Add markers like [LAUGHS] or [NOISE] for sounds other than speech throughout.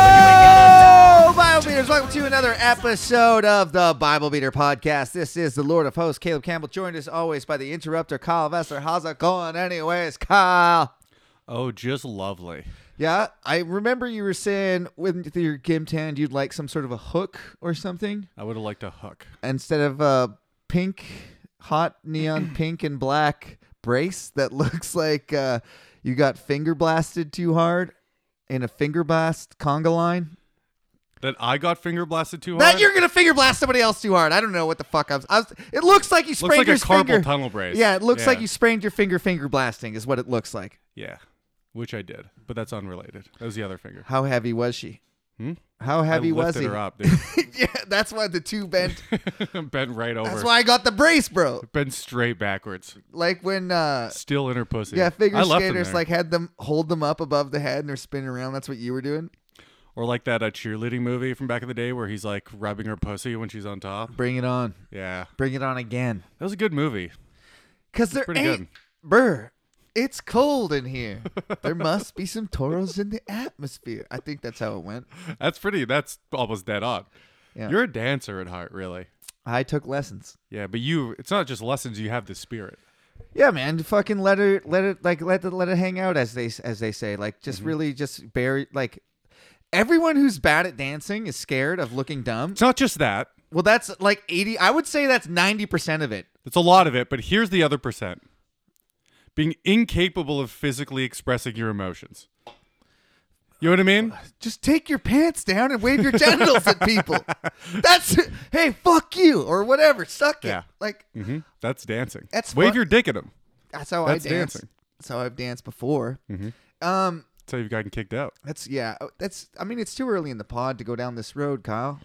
Hello, Bible Beaters. Welcome to another episode of the Bible Beater Podcast. This is the Lord of Hosts, Caleb Campbell, joined as always by the interrupter, Kyle Vester. How's it going, anyways, Kyle? Oh, just lovely. Yeah, I remember you were saying with your Gimtan you'd like some sort of a hook or something I would have liked a hook. instead of a pink, hot [CLEARS THROAT] neon pink and black brace that [LAUGHS] looks like uh, you got finger blasted too hard in a finger blast conga line. That I got finger blasted too hard. That you're gonna finger blast somebody else too hard. I don't know what the fuck I was. I was it looks like you looks sprained like a your carpal finger. tunnel brace. Yeah, it looks like you sprained your finger. Finger blasting is what it looks like. Yeah, which I did, but that's unrelated. That was the other finger. How heavy was she? Hmm? How heavy I was lifted he? her up, [LAUGHS] yeah, that's why the two [LAUGHS] bent. [LAUGHS] dude. Bent right over. That's why I got the brace, bro. Bent straight backwards. Like when, uh Still in her pussy. yeah, I figure left them skaters there. like had them hold them up above the head and they're spinning around. That's what you were doing. or like that uh, cheerleading movie from back in the day where he's like rubbing her pussy when she's on top. Bring it on. Yeah, Bring it on again. that was a good movie. Cause there pretty ain't, brr. It's cold in here. there must be [LAUGHS] some toros in the atmosphere. I think that's how it went. That's pretty. That's almost dead on. Yeah. You're a dancer at heart, really. I took lessons. Yeah, but you. It's not just lessons. You have the spirit. Yeah, man. Fucking let her, let it, like let it, let it hang out as they as they say. Like just really, just bury. Like everyone who's bad at dancing is scared of looking dumb. It's not just that. Well, that's like eighty. I would say that's ninety percent of it. That's a lot of it, but here's the other percent being incapable of physically expressing your emotions. You know what I mean? Just take your pants down and wave your genitals at [LAUGHS] people. That's hey, fuck you or whatever. Suck it. Yeah. Like hmm That's dancing. That's Wave what- your dick at them. Mm. that's how That's I dance. dancing. That's how I've danced before. Um. That's how you've gotten kicked out. That's yeah. oh, That's I mean, it's too early in the pod to go down this road, Kyle.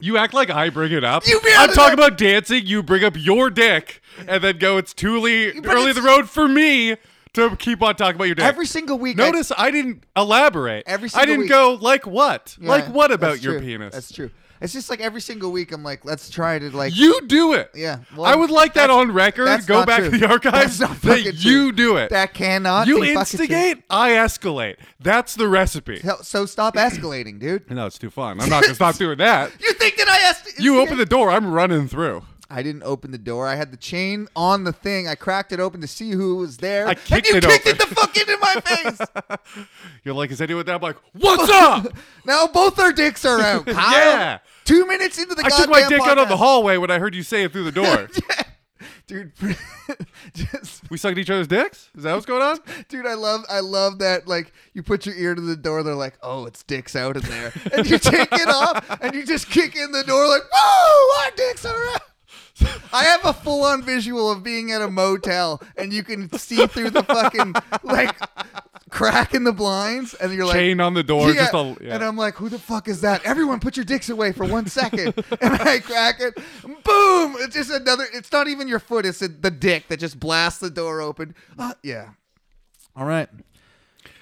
You act like I bring it up. You be I'm honest- talking about dancing. You bring up your dick and then go, it's too le- But early in it's- the road for me to keep on talking about your dick. Every single week, I- Notice I didn't elaborate. Every I single didn't week. go, like what? Yeah, like what about that's your true. penis? That's true. It's just like every single week, I'm like, let's try to like. You do it. Yeah, well, I would like that that's- on record. that's Go not back true. to the archives. That's not that fucking true. you do it. that cannot. you be fucking true. instigate, I escalate. That's the recipe. So, so [COUGHS] stop escalating, dude. No, it's too fun. I'm not going to stop [LAUGHS] doing that. You think that I asked? You open the door, I'm running through. I didn't open the door. I had the chain on the thing. I cracked it open to see who was there. I and kicked you it kicked it open. the fuck into my face. [LAUGHS] You're like, is anyone there? I'm like, [LAUGHS] what's up? now both our dicks are [LAUGHS] out. Kyle. Yeah. Two minutes into the I goddamn took my dick out of podcast. the hallway when I heard you say it through [LAUGHS] the door. dude. [LAUGHS] just. we sucked each other's dicks? Is that what's going on? Dude, I love I love that like you put your ear to the door, they're like, Oh, it's dicks out in there. And you take it off and you just kick in the door like, Whoa, our dicks are out. I have a full on visual of being at a motel and you can see through the fucking like crack in the blinds and you're [LAUGHS] like Chain on the door. yeah. Just a, yeah. And um, I'm like, who the fuck is that? Everyone put your dicks away for one second. [LAUGHS] and I crack it. Boom! It's just another, it's not even your foot, it's the dick that just blasts the door open. Uh, yeah. All right.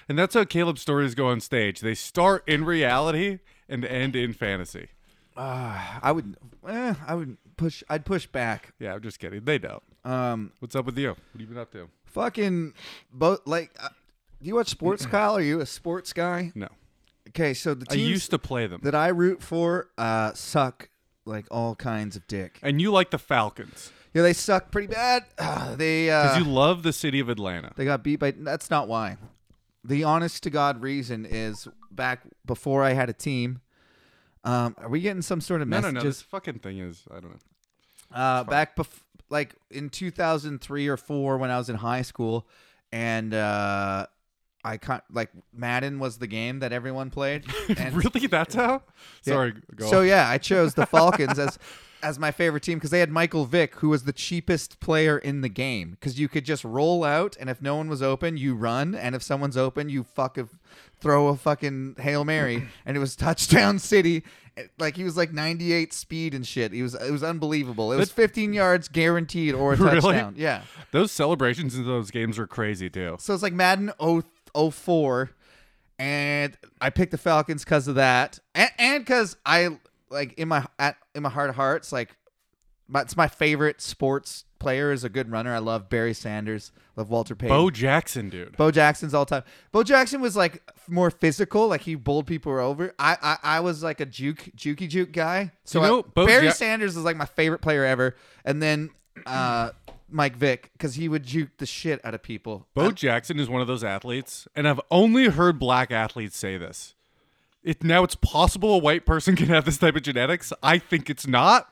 and that's how Caleb's stories go on stage. They start in reality and end in fantasy. I would, eh, I would push, I'd push back. Yeah, I'm just kidding. They don't. Um, What's up with you? What have you been up to? fucking, both, like, uh, do you watch sports, Kyle? Are you a sports guy? No. Okay, so the I teams used to play them. that I root for uh, suck like all kinds of dick. and you like the Falcons Yeah, they suck pretty bad. Uh, they, uh, because you love the city of Atlanta. They got beat by. That's not why. The honest to god reason is back before I had a team. Um, are we getting some sort of No, no, no. This messages? fucking thing is, I don't know. uh, back bef- like in 2003 or four when I was in high school, and uh, I can like Madden was the game that everyone [LAUGHS] played. And really? That's how? Yeah. Sorry. Go So on. yeah, I chose the Falcons [LAUGHS] as as my favorite team because they had Michael Vick, who was the cheapest player in the game, because you could just roll out, and if no one was open, you run, and if someone's open, you fuck a, throw a fucking hail [CLEARS THROAT] mary, and it was touchdown city. It- Like he was like 98 speed and shit. He was it was unbelievable. It was 15 yards guaranteed or a [LAUGHS] Really? touchdown. Yeah. Those celebrations in those games are crazy too. So it's like Madden 0- 04 and I picked the Falcons cuz of that. And and cuz I like in my at, in my heart of hearts like my, it's my favorite sports player is a good runner. I love Barry Sanders. Love Walter Payton. Bo Jackson, dude. Bo Jackson's all time. Bo Jackson was like more physical, like he bowled people over. I I, I was like a juke jukey juke guy. So You know, I- Bo Barry Ja- Sanders is like my favorite player ever, and then uh, Mike Vick because he would juke the shit out of people. Bo Jackson is one of those athletes, and I've only heard black athletes say this. It now it's possible a white person [LAUGHS] can have this type of genetics. I think it's not.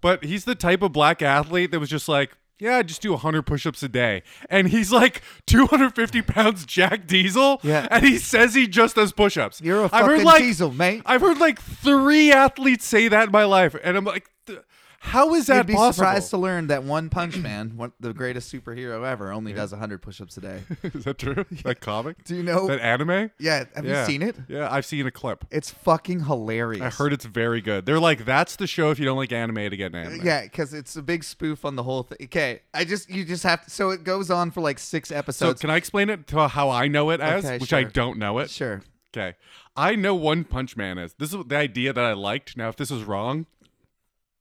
But he's the type of black athlete that was just like, yeah, I just do 100 push-ups a day. And he's like [LAUGHS] 250 pounds Jack Diesel. Yeah. And he says he just does push-ups. You're a I've heard fucking like, diesel, mate. I've heard like three athletes say that in my life. And I'm like, th- how is You'd that be possible? surprised to learn that One [CLEARS THROAT] Punch Man, one, the greatest superhero ever, only does 100 push-ups a [LAUGHS] day. [LAUGHS] is [LAUGHS] that true? That comic? Do you know? That anime? yeah, have Yeah. you seen it? Yeah, I've seen a clip. It's fucking hilarious. I heard it's very good. They're like, that's the show if you don't like anime to get an anime. Yeah, because it's a big spoof on the whole thing. Okay, I just you just have to. So it goes on for like six So episodes. can I explain it to how I know it as, Okay, which I sure. don't know it. sure. Okay, I know One Punch Man as. This is the idea that I liked. Now, if this is wrong,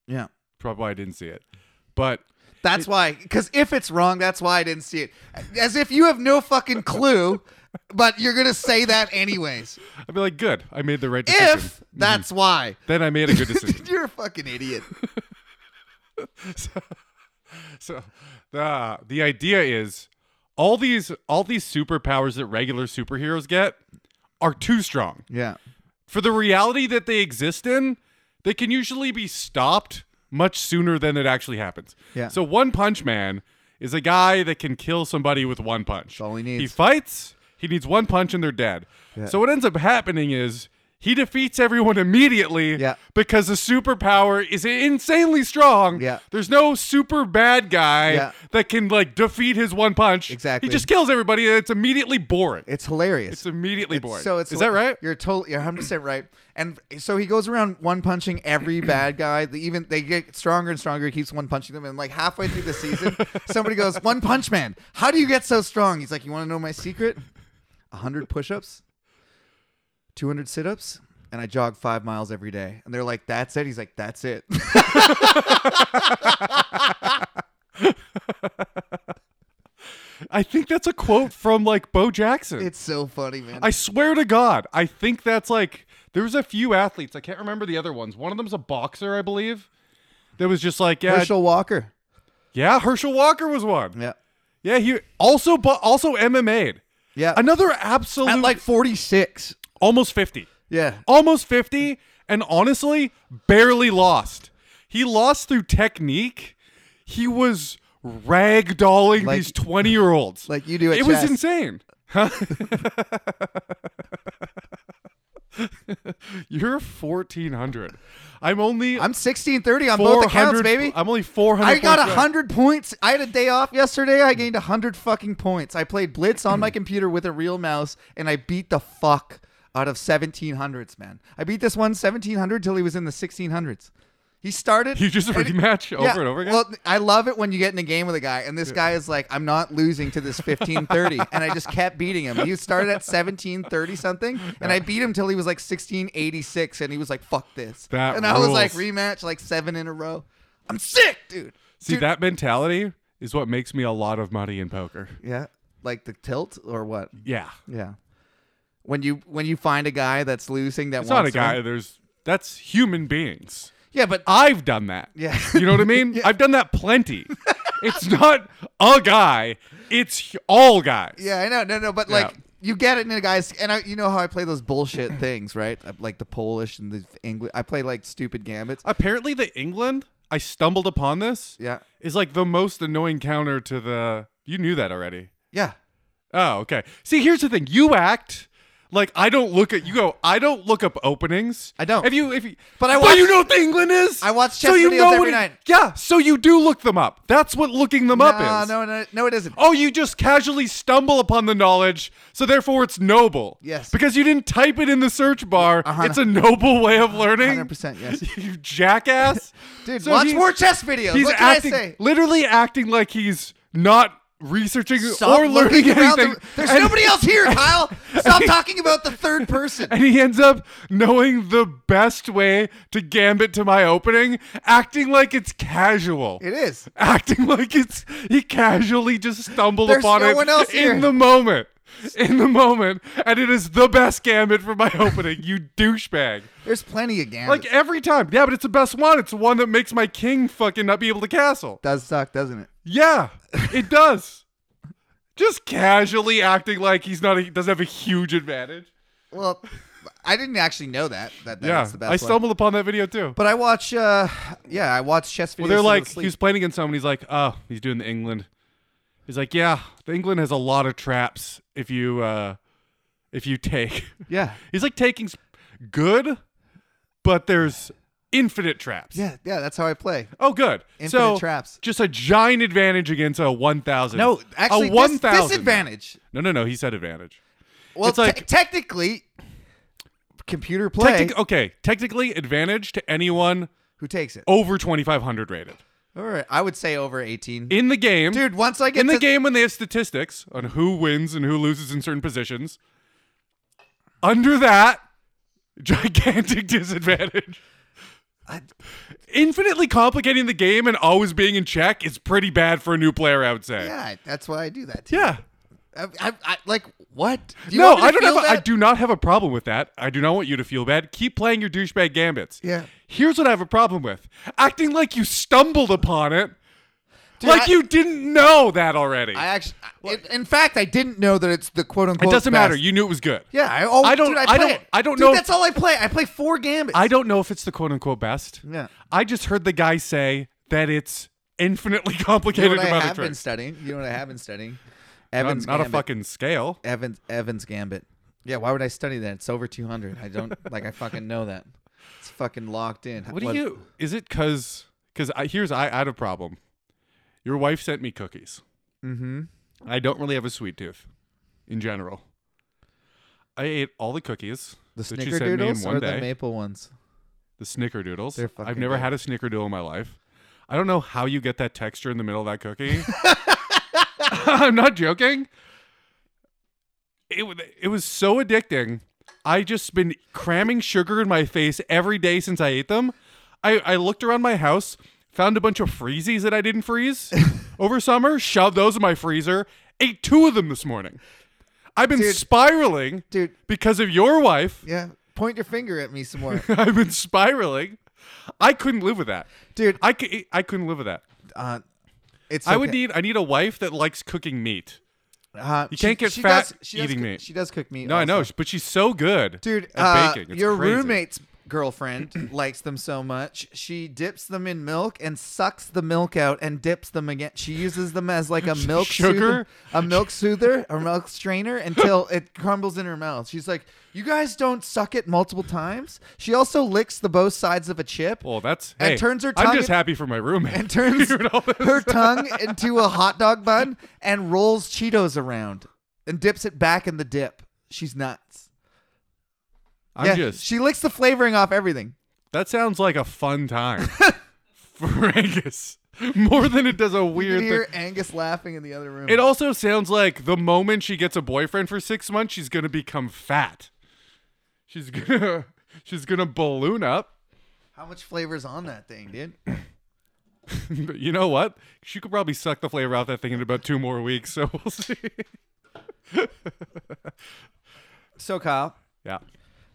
Yeah. probably why I didn't see it. But That's why, because if it's wrong, that's why I didn't see it. As if you have no fucking [LAUGHS] clue, but you're gonna say that anyways. I'd be like, good, I made the right decision. If that's why, then I made a good [LAUGHS] decision. [LAUGHS] you're a fucking idiot. So the the idea is all these all these superpowers that regular superheroes get are too strong. Yeah. For the reality that they exist in, they can usually be stopped much sooner than it actually happens. Yeah. So One Punch Man is a guy that can kill somebody with one punch. all he needs. He fights, he needs one punch and they're dead. So what ends up happening is he defeats everyone immediately Yeah. because the superpower is insanely strong. Yeah. There's no super bad guy Yeah. that can like defeat his one punch. Exactly. He just kills everybody and it's immediately boring. It's hilarious. It's immediately boring. So it's is that right? You're totally you're 100 percent right. And so he goes around one punching every bad guy. They even they get stronger and stronger. He keeps one punching them, and like halfway through the season, [LAUGHS] somebody goes, "One Punch Man, how do you get so strong?" He's like, "You want to know my secret? 100 push-ups, 200 sit-ups." And I jog five miles every day. And they're like, that's it. He's like, that's it. [LAUGHS] I think that's a quote from like Bo Jackson. it's so funny, man. I swear to God, I think that's like there was a few athletes. I can't remember the other ones. One of them's a boxer, I believe. That was just like yeah, Herschel Walker. yeah. Herschel Walker was one. Yeah. Yeah, he also but also MMA'd. Yeah. Another absolute At like 46. almost fifty, Yeah. almost fifty, and honestly, barely lost. He lost through technique. He was ragdolling Like- these twenty-year-olds. [LAUGHS] Like you do at it chess. was insane. [LAUGHS] Huh? You're 1400. I'm only I'm 1630 on both accounts, 400 baby. I'm only 400. I got points back. 100 points. I had a day off yesterday. I gained 100 fucking points. I played Blitz on [CLEARS THROAT] my computer with a real mouse and I beat the fuck out of 1700s, man. I beat this one 1700 till he was in the 1600s. He started. You just and- rematch [LAUGHS] over and over again? Well, I love it when you get in a game with a guy and this guy is like, I'm not losing to this [LAUGHS] 1530. and I just kept beating him. He started at 1730 something and I beat him till he was like 1686 and he was like, fuck this. That and I was like, rules. rematch like seven in a row. I'm sick, dude. See Dude, that mentality is what makes me a lot of money in poker. Yeah. Like the tilt or what? Yeah. Yeah. When you when you find a guy that's losing that It's not wants a guy. to win- There's that's human beings. Yeah, but I've done that. [LAUGHS] Yeah. You know what I mean? I've done that plenty. it's not a guy. It's h- all guys. yeah, I know. No, no, but like Yeah. you get it in a guy's and I, you know how I play those bullshit [COUGHS] things, right? I- Like the Polish and the English. I play like stupid gambits. Apparently, the England I stumbled upon this. Yeah. is like the most annoying counter to the. You knew that already. Yeah. Oh, okay. See, here's the thing. You act like I don't look at you. Go. I don't look up openings. I don't. If you, if you, But I watch- you know what the England is. I watch So chess you videos know every what it- night. Yeah. So you do look them up. That's what looking them no, up is. no, no, no, it isn't. Oh, you just casually stumble upon the knowledge, so therefore it's noble. Yes. Because you didn't type it in the search bar. Uh-huh. It's a noble way of learning. 100%, yes. [LAUGHS] you jackass. Dude, So watch he's- more chess videos. He's what can acting, I say? literally acting like he's not researching Stop or looking learning around the- anything. there's and, nobody else here, Kyle. Stop talking about the third person. [LAUGHS] and he ends up knowing the best way to gambit to my opening, acting like it's casual. It is. acting [LAUGHS] like it's he casually just stumbled There's upon no it one else in here. the moment. In the moment, and it is the best gambit for my [LAUGHS] opening, you douchebag. There's plenty of gambits. Like every time. Yeah, but it's the best one. It's the one that makes my king fucking not be able to castle. does suck, doesn't it? Yeah, [LAUGHS] it does. Just casually acting like he's not he doesn't have a huge advantage. Well, I didn't actually know that. That, that yeah, was the best I one. stumbled upon that video too. But I watch. uh Yeah, I watch chess videos. Well, they're till I'm like, asleep. he was playing against someone. He's like, oh, he's doing the England. He's like, yeah, the England has a lot of traps if you uh if you take. [LAUGHS] yeah, He's like, taking's good, but there's infinite traps. yeah, yeah. That's how I play. Oh, good. Infinite so traps. just a giant advantage against a one thousand. No, actually, a dis- one thousand disadvantage. No, no, no. He said advantage. Well, It's like- te- technically, computer play. Technic- okay, technically advantage to anyone who takes it? over twenty five hundred rated All right, I would say over eighteen. in the game. Dude, once I get in the to- game when they have statistics on who wins and who loses in certain positions under that [LAUGHS] gigantic disadvantage I- infinitely complicating the game and always being in check is pretty bad for a new player i would say yeah, that's why I do that. Too. yeah, I, I, I, like what? Do you no want me to i don't have feel a, i that? do not have a problem with that i do not want you to feel bad keep playing your douchebag gambits Yeah. here's what i have a problem with acting like you stumbled upon it Dude, like I- you didn't know that already I actually, in, in fact, I didn't know that it's the quote unquote. it doesn't matter best. you knew it was good yeah, I always. I don't- Dude, I, I play don't- it. I don't Dude, know if- That's all I play. I play four gambits. I don't know if it's the quote unquote best. Yeah. I just heard the guy say that it's infinitely [LAUGHS] you know complicated what I amount have of been tricks. studying. You know what I have been studying. Not, Evans not a gambit. fucking scale. Evans Evans Gambit. Yeah, why would I study that? It's over two hundred. I don't like. I fucking know that. It's fucking locked in. What do you? Is it because? Because I, here's I, I had a problem. Your wife sent me cookies. Mm-hmm. I don't really have a sweet tooth, in general. I ate all the cookies The that she sent me in snickerdoodles one or day. the maple ones? the snickerdoodles. They're I've fucking never good. had a snickerdoodle in my life. I don't know how you get that texture in the middle of [LAUGHS] that cookie. [LAUGHS] I'm not joking. It wa- it was so addicting. I just been cramming sugar in my face every day since I ate them. I, I looked around my house, found a bunch of freezies that I [LAUGHS] didn't freeze over summer, shoved those in my freezer, ate two of them this morning. I've been Dude. spiraling Dude, because of your wife. yeah. Point your finger at me some more, [LAUGHS] I've been spiraling. I couldn't live with that. [LAUGHS] dude. I, c- I couldn't live with that. Uh, it's. I would okay. need I need a wife that likes cooking meat. Uh, You she- can't get she fat does, she does eating cook- meat. She does cook meat. No, I know, also. sh- but she's so good, dude. At uh, baking, It's your crazy. roommate's [CLEARS THROAT] girlfriend likes them so much. She dips them in milk and sucks the milk out and dips them again. She uses them as [LAUGHS] like a milk Sugar? soother, a milk soother, or milk strainer [LAUGHS] until it crumbles in her mouth. She's like, "You guys don't suck it multiple times." She also licks the both sides of a chip. Well, that's And hey, turns her I'm tongue just in- happy for my roommate. and turns [LAUGHS] You know this? her [LAUGHS] tongue into a hot dog bun and rolls Cheetos around and dips it back in the dip. She's nuts. I'm yeah, just. she licks the flavoring off everything. that sounds like a [LAUGHS] fun time for Angus. More than it does a You weird can thing. hear Angus laughing in the other room. It also sounds like the moment she gets a boyfriend for six months, she's gonna become fat. She's gonna [LAUGHS] she's gonna balloon up. How much flavor's on that thing, dude? But [LAUGHS] you know what? She could probably suck the flavor out that thing in about two more weeks, so [LAUGHS] we'll see. [CLEARS THROAT] So, Kyle, Yeah.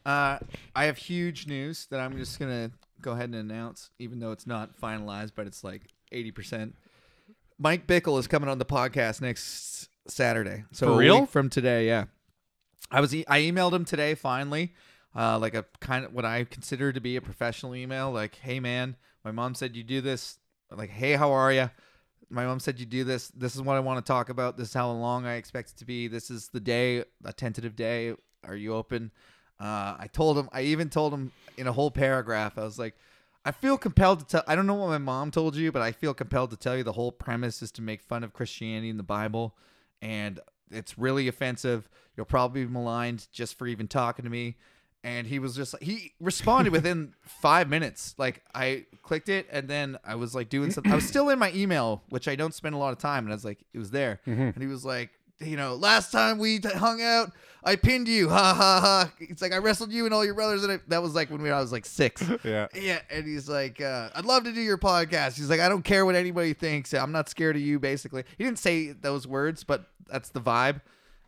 uh, I have huge news that I'm just gonna go ahead and announce, even though it's not finalized, but it's like 80. percent Mike Bickle is coming on the podcast next Saturday. So For a real? week from today, yeah. I was e- I emailed him today finally, uh, like a kind of what I consider to be a professional email, like, "Hey man, my mom said you do this." Like, "Hey, how are you?" My mom said you do this. This is what I want to talk about. This is how long I expect it to be. This is the day, a tentative day. Are you open? Uh, I told him. I even told him in a whole paragraph. I was like, I feel compelled to tell. I don't know what my mom told you, but I feel compelled to tell you the whole premise is to make fun of Christianity and the Bible, and it's really offensive. You'll probably be maligned just for even talking to me, and he was just he responded within five minutes. Like I clicked it, and then I was like doing something. I was still in my email, which I don't spend a lot of time, and I was like, it was there, and he was like, you know, last time we t- hung out, I pinned you, ha ha ha. It's like I wrestled you and all your brothers, and I, that was like when we I was like six. Yeah. Yeah, and he's like, uh, I'd love to do your podcast. He's like, I don't care what anybody thinks. I'm not scared of you, basically. He didn't say those words, but that's the vibe.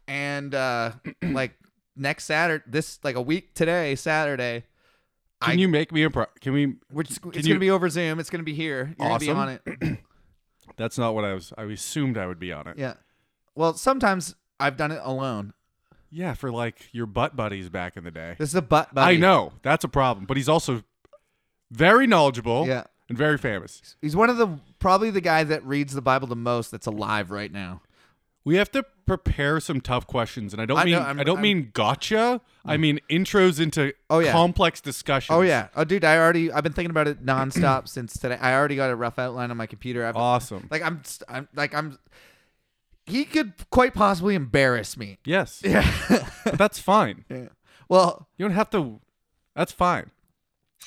And uh, [CLEARS THROAT] like next Saturday, this like a week today, Saturday, Can I- you make me a pro? Can we? we're just, it's Can you- gonna be over Zoom. It's gonna be here. You're Awesome. gonna be on it. [CLEARS THROAT] That's not what I was. I assumed I would be on it. Yeah. Well, sometimes I've done it alone. Yeah, for like your butt buddies back in the day. This is a butt buddy. I know that's a problem, but he's also very knowledgeable. Yeah. and very famous. He's one of the probably the guy that reads the Bible the most. That's alive right now. We have to prepare some tough questions, and I don't I know, mean I'm- I don't I'm- Mm. mean gotcha. I mean intros into Oh, yeah. complex discussions. Oh yeah. Oh dude, I already I've been thinking about it nonstop [CLEARS THROAT] since today. I already got a rough outline on my computer. I've, awesome. Like I'm, st- I'm like I'm. He could quite possibly embarrass me. yes, [LAUGHS] Yeah. but that's fine. well, You don't have to. That's fine.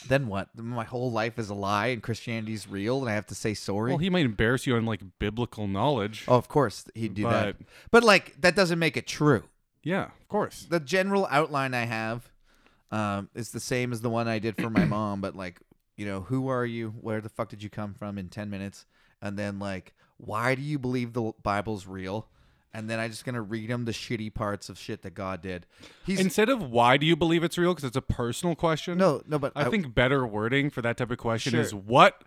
then what? My whole life is a lie and Christianity's real, and I have to say sorry. Well, he might embarrass you on like biblical knowledge. oh, of course he'd do that. But- But like that doesn't make it true. Yeah, of course. The general outline I have um, is the same as the one I did for [CLEARS THROAT] my mom, but like you know, who are you? Where the fuck did you come from? In ten minutes, and then like, why do you believe the Bible's real? And then I'm just gonna read him the shitty parts of shit that God did. He's Instead of why do you believe it's real, because it's a personal question. No, no, but I, think better wording for that type of question Sure. is what,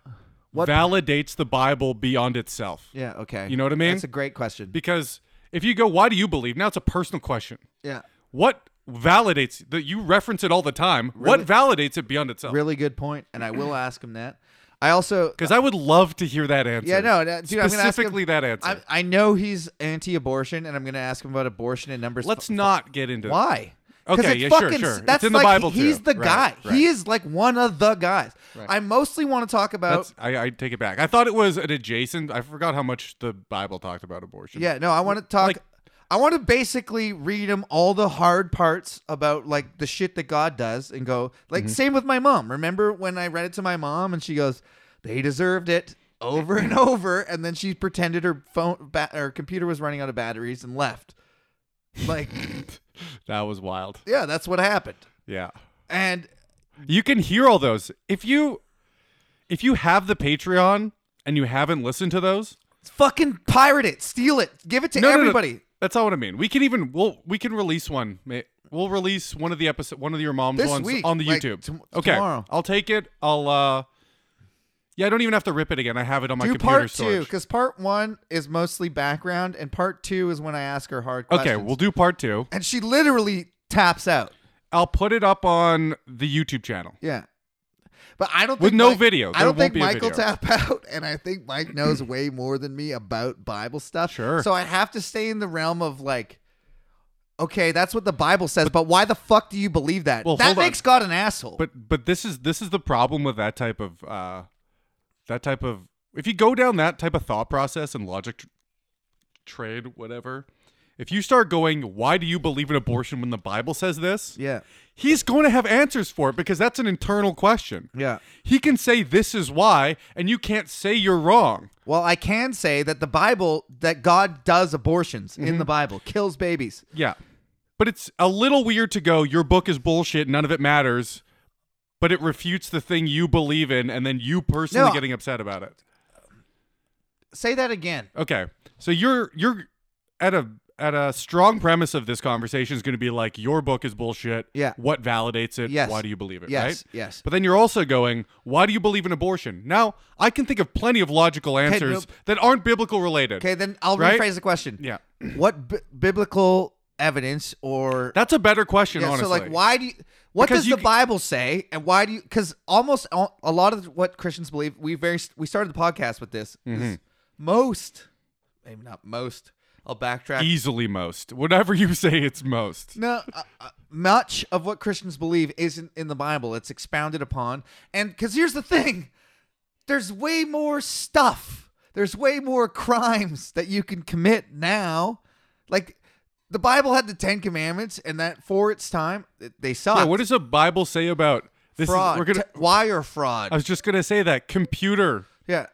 What- validates the Bible beyond itself. Yeah. Okay. You know what I mean? That's a great question. Because if you go, why do you believe? Now it's a personal question. yeah. What validates that you reference it all the time? What validates it beyond itself? Really good point, and I [CLEARS THROAT] will ask him that. I also. Because I would love to hear that answer. Yeah. No. that- Dude, I'm gonna ask him- specifically that answer. I, I know he's anti-abortion, and I'm going to ask him about abortion and numbers. Let's not get into Why? 'Cause Okay, it's yeah, sure, fucking- sure. It's That's in the like- Bible, He's too. the guy. Right, He right. is like one of the guys. I mostly want to talk about. That's, I, I take it back. I thought it was an adjacent. I forgot how much the Bible talked about abortion. yeah, no, I want to talk. like- I want to basically read him all the hard parts about like the shit that God does, and go like Mm-hmm. same with my mom. Remember when I read it to my mom, and she goes, "They deserved it." Over and over, and then she pretended her phone, ba- her computer was running out of batteries, and left. Like, that was wild. yeah, that's what happened. Yeah. And You can hear all those. If you if you have the Patreon and you haven't listened to those, Fucking pirate it, steal it, give it to no, no, no. everybody. That's all what I mean. We can even we'll we can release one. ma- We'll release one of the episode one of your mom's This ones week, on the like, YouTube. tom- okay. tomorrow. I'll take it. I'll uh Yeah, I don't even have to rip it again. I have it on my Do computer part two storage. because part one is mostly background, and part two is when I ask her hard questions. okay, we'll do part 2. and she literally taps out. I'll put it up on the YouTube channel. Yeah, but I don't With think no Mike- video. I There don't won't think be a Michael video. tap [LAUGHS] out, and I think Mike [CLEARS THROAT] knows way more than me about Bible stuff. Sure. So I have to stay in the realm of like. Okay, that's what the Bible says, but why the fuck do you believe that? Well, that hold on. makes God an asshole. But but this is this is the problem with that type of uh that type of if you go down that type of thought process and logic tr- trade whatever. If you start going, why do you believe in abortion when the Bible says this? yeah, He's going to have answers for it because that's an internal question. yeah. He can say this is why and you can't say you're wrong. Well, I can say that the Bible that God does abortions Mm-hmm. in the Bible, kills babies. Yeah. But it's a little weird to go, your book is bullshit, none of it matters, but it refutes the thing you believe in and then you personally No. getting upset about it. Say that again. Okay. So you're you're at a at a strong premise of this conversation is going to be like your book is bullshit. Yeah. What validates it? Yes. Why do you believe it? Yes, Right. yes. But then you're also going, why do you believe in abortion? Now I can think of plenty of logical answers nope. that aren't biblical related. Okay, then I'll Right? rephrase the question. Yeah. What b- biblical evidence or That's a better question, Yeah, honestly. so like why do you what Because does you the c- Bible say and why do you cuz almost all, a lot of what Christians believe we very we started the podcast with this Mm-hmm. is most maybe not most I'll backtrack Easily most. Whatever you say, it's most. No, uh, uh, much of what Christians believe isn't in the Bible. It's expounded upon. And because here's the thing there's way more stuff, there's way more crimes that you can commit now. Like, The Bible had the Ten Commandments, and that for its time, it- they saw Yeah, what does the Bible say about this? is- fraud, we're gonna. te- wire fraud. I was just gonna say that computer. yeah.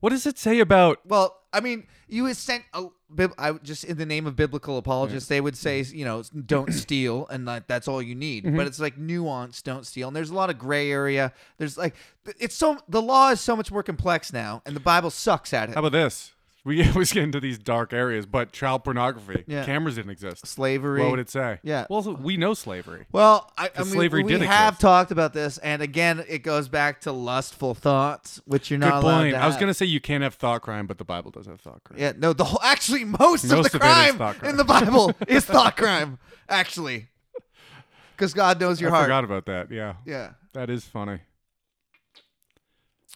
What does it say about? Well, I mean, you had sent a bib- I would- just in the name of biblical apologists, they would say, you know, [CLEARS THROAT] don't steal, and that, that's all you need. Mm-hmm. But it's like nuance, don't steal, and there's a lot of gray area. There's like, it's so the law is so much more complex now, and the Bible sucks at it. How about this? We [LAUGHS] always get into these dark areas, but child pornography, Yeah. cameras didn't exist. Slavery. What would it say? Yeah. Well, we know slavery. Well, I, I mean, slavery we did have exist. talked about this, and again, it goes back to lustful thoughts, which you're not Good allowed point. to I was have. gonna say you can't have thought crime, but the Bible does have thought crime. Yeah, no, the whole actually most, Most of of the it is crime, thought crime. in the Bible [LAUGHS] is thought crime, actually, because God knows your I heart. forgot about that. Yeah. Yeah, That is funny.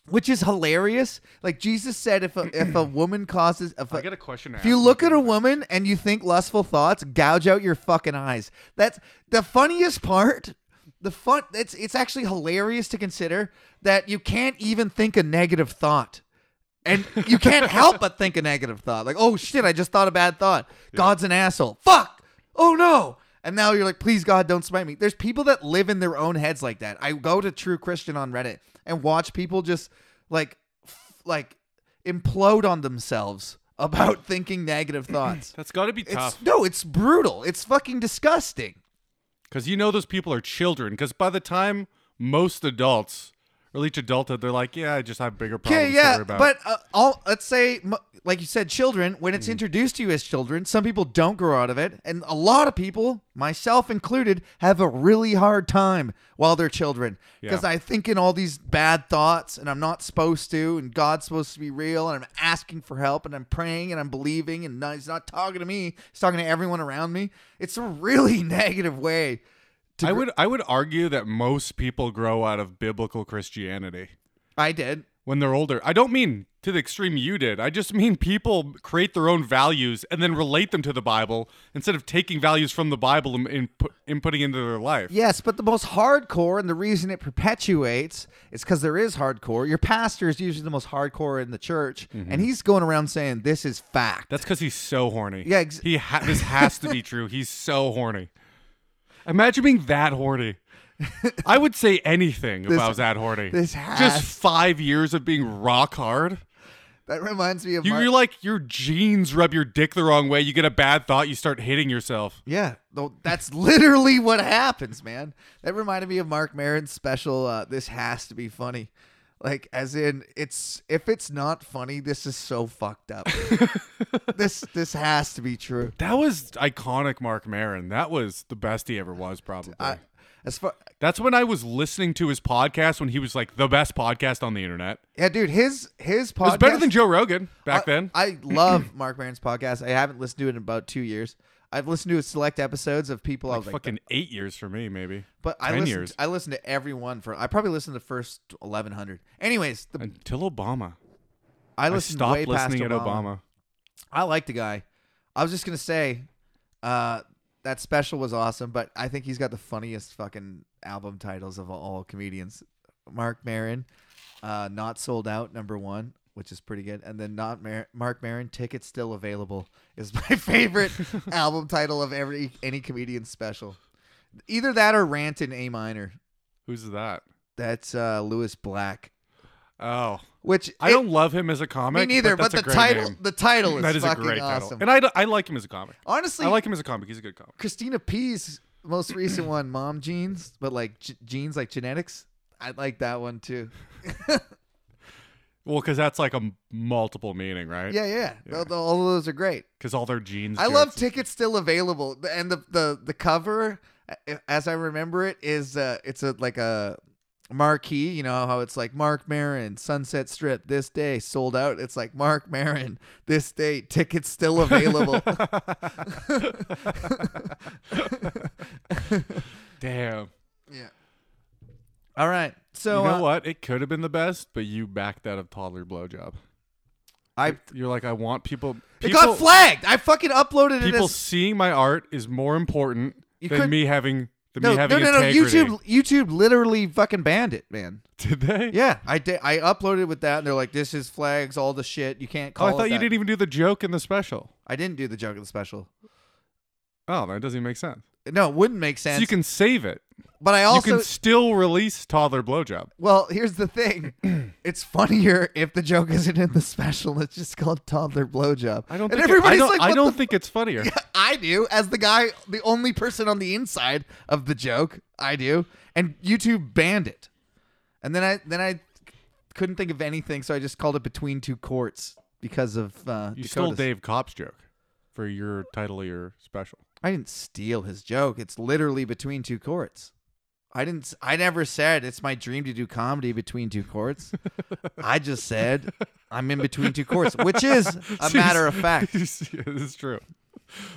which is hilarious. Like Jesus said, if a, if a woman causes, if, I a, got a question. if you look at a woman and you think lustful thoughts, gouge out your fucking eyes. That's the funniest part. The fun. It's it's actually hilarious to consider that you can't even think a negative thought. And you can't help but think a negative thought. Like, oh shit, I just thought a bad thought. God's an asshole. Fuck. Oh no. And now you're like, please God, don't smite me. There's people that live in their own heads like that. I go to True Christian on Reddit and watch people just like, f- like implode on themselves about [LAUGHS] thinking negative thoughts. that's got to be tough. It's no, it's brutal. It's fucking disgusting. Because you know those people are children. Because by the time most adults reach adulthood, they're like, yeah, I just have bigger Yeah, problems to yeah, worry about. but uh, all let's say, m- like you said, children. When Mm-hmm. it's introduced to you as children, some people don't grow out of it, and a lot of people, myself included, have a really hard time while they're children because Yeah. I think in all these bad thoughts, and I'm not supposed to, and God's supposed to be real, and I'm asking for help, and I'm praying, and I'm believing, and no- He's not talking to me; He's talking to everyone around me. It's a really [LAUGHS] negative way. To I gr- would I would argue that most people grow out of biblical Christianity I did. when they're older. I don't mean to the extreme you did. I just mean people create their own values and then relate them to the Bible instead of taking values from the Bible and input, inputting into their life. Yes, but the most hardcore and the reason it perpetuates is because there is hardcore. Your pastor is usually the most hardcore in the church, and he's going around saying this is fact. Mm-hmm. That's because he's so horny. Yeah, ex- he ha- this has to be true. He's so horny. Imagine being that horny. I would say [LAUGHS] anything if This- I was that horny. this just has- five years of being rock hard. that reminds me of You, Mar- you're like your jeans rub your dick the wrong way. You get a bad thought. You start hitting yourself. yeah. tho- That's [LAUGHS] literally what happens, man. That reminded me of Mark Maron's special. Uh, this has to be funny, like as in it's if it's not funny, this is so fucked [LAUGHS] up. this this has to be true. That was iconic, Mark Maron. That was the best he ever was, probably. I, as far That's when I was listening to his podcast when he was like the best podcast on the internet. yeah, dude, his his podcast It was better than Joe Rogan back I- then. I love [CLEARS THROAT] Mark Maron's podcast. I haven't listened to it in about two years. I've listened to select episodes of people I was like, Fucking eight years for me, maybe. but I 10 listened, years. I listened to everyone for. I probably listened to the first eleven hundred. Anyways, the, Until Obama. I I, listened stopped way past listening at Obama. Obama. I like the guy. I was just gonna say, uh, that special was awesome, but I think he's got the funniest fucking album titles of all comedians. Mark Maron, uh, not sold out number one, which is pretty good, and then not Mar- Mark Maron, tickets still available is [LAUGHS] my [LAUGHS] favorite album title of every any comedian special. Either that or Rant in A minor. Who's that? That's uh, Lewis Black, Oh, which I it- don't love him as a me comic. neither. But, that's a the great title, name. the title is that is a fucking great title, awesome. and I, I like him as a comic. Honestly, I like him as a comic. He's a good comic. Christina P's most recent [CLEARS THROAT] one, Mom Jeans, but like g- jeans like genetics. I like that one too. Well, because that's like a m- multiple meaning, right? Yeah, yeah. Tho- tho- all of those are great. Because all their genes. I jerks. love tickets still available, and the the the cover, a- as I remember it, is uh, it's a like a marquee. You know how it's like Mark Marin, Sunset Strip, this day sold out. It's like Mark Marin, this day tickets still [LAUGHS] available. Damn. yeah. All right. So you know uh, what? It could have been the best, but you backed out of toddler blowjob. I You're like, I want people. it people got flagged. I fucking uploaded it people as seeing my art is more important You than could- me having than No, me no, having no, no. integrity. YouTube, [LAUGHS] YouTube literally fucking banned it, man. Did they? Yeah, I did. I uploaded with that, and they're like, "This is flags, all the shit. You can't Oh, call." I it thought you that." didn't even do the joke in the special. I didn't do the joke of the special. Oh, that doesn't even make sense. No, it wouldn't make sense. So you can save it. but I also you can still release toddler blowjob. Well, here's the [CLEARS THROAT] thing. it's funnier if the joke isn't in the special. It's just called toddler blowjob. I don't. And Think it- everybody's I don't, like, I "What don't the think it's [LAUGHS] funnier. f-" I do. As the guy, the only person on the inside of the joke, I do. And YouTube banned it. And then I then I couldn't think of anything, so I just called it between two courts because of uh, You Dakota's- stole Dave Copp's joke for your title of your special. I didn't steal his joke. It's literally between two courts. I didn't. s- I never said it's my dream to do comedy between two [LAUGHS] courts. I just said I'm in between two courts, which is [LAUGHS] a matter of fact. yeah, this is true.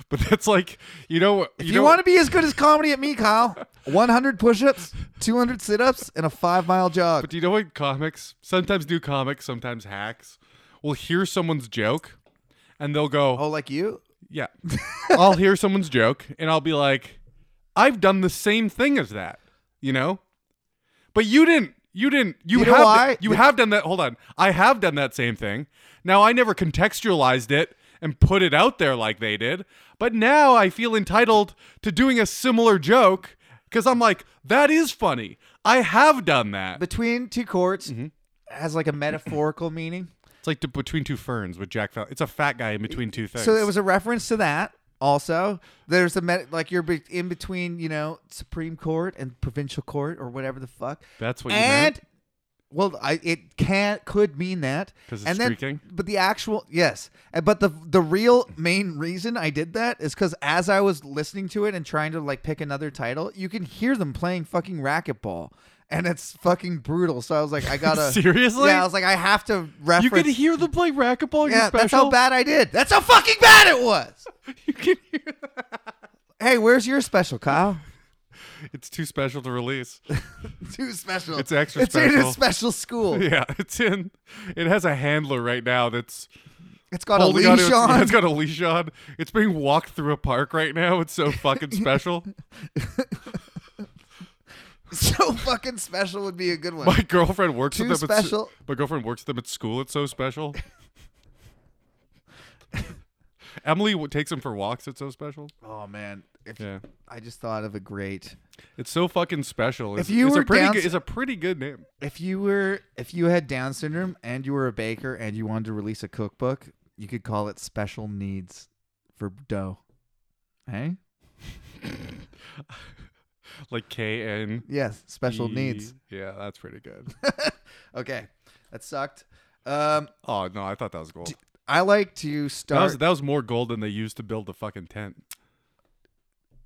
But that's like you know. If you, you, know- want to be as good as comedy at me, Kyle, 100 push-ups, 200 sit-ups, and a five-mile jog. But do you know what comics sometimes do? Comics sometimes hacks. will hear someone's joke, and they'll go, oh, like you? "Yeah." [LAUGHS] I'll hear someone's joke, and I'll be like, "I've done the same thing as that," you know. But you didn't. You didn't. You, You know have. why? You have done that. Hold on. I have done that same thing. Now I never contextualized it and put it out there like they did. But now I feel entitled to doing a similar joke because I'm like, that is funny. I have done that. Between two courts Mm-hmm. has like a metaphorical meaning. It's like the, between two ferns with Jack. Fel- it's a fat guy in between two things. So there was a reference to that. Also, there's a met- like you're be- in between, you know, Supreme Court and provincial court or whatever the fuck. That's what you and meant. well, I it can could mean that 'Cause it's and then, streaking? But the actual yes, Uh, but the the real main reason I did that is because as I was listening to it and trying to like pick another title, you can hear them playing fucking racquetball. And it's fucking brutal. So I was like, I gotta [LAUGHS] Seriously? Yeah, I was like, I have to reference. You could hear them play racquetball. in your yeah, that's how special. bad I did. That's how fucking bad it was. [LAUGHS] You can hear. Hey, where's your special, Kyle? It's too special to release. [LAUGHS] Too special. It's extra it's in a special. special school. [LAUGHS] yeah, it's in. It has a handler right now that's It's got a leash on. on. to its- [LAUGHS] yeah, it's got a leash on. It's being walked through a park right now. It's so [LAUGHS] fucking special. [LAUGHS] so fucking special would be a good one. My girlfriend works Too with them. at s- special. my girlfriend works with them at school. It's [LAUGHS] so special. Emily w- takes them for walks. It's so special. oh man, if Yeah. I just thought of a great. It's so fucking special. It's, If you it's were a pretty down- good, it's a pretty good name. If you were, if you had Down syndrome and you were a baker and you wanted to release a cookbook, you could call it "Special Needs for Dough." Hey, Like K N E. yes, special needs. Yeah, that's pretty good. [LAUGHS] Okay, that sucked. Um, oh no, I thought that was gold. I like to That was start. that was more gold than they used to build the fucking tent.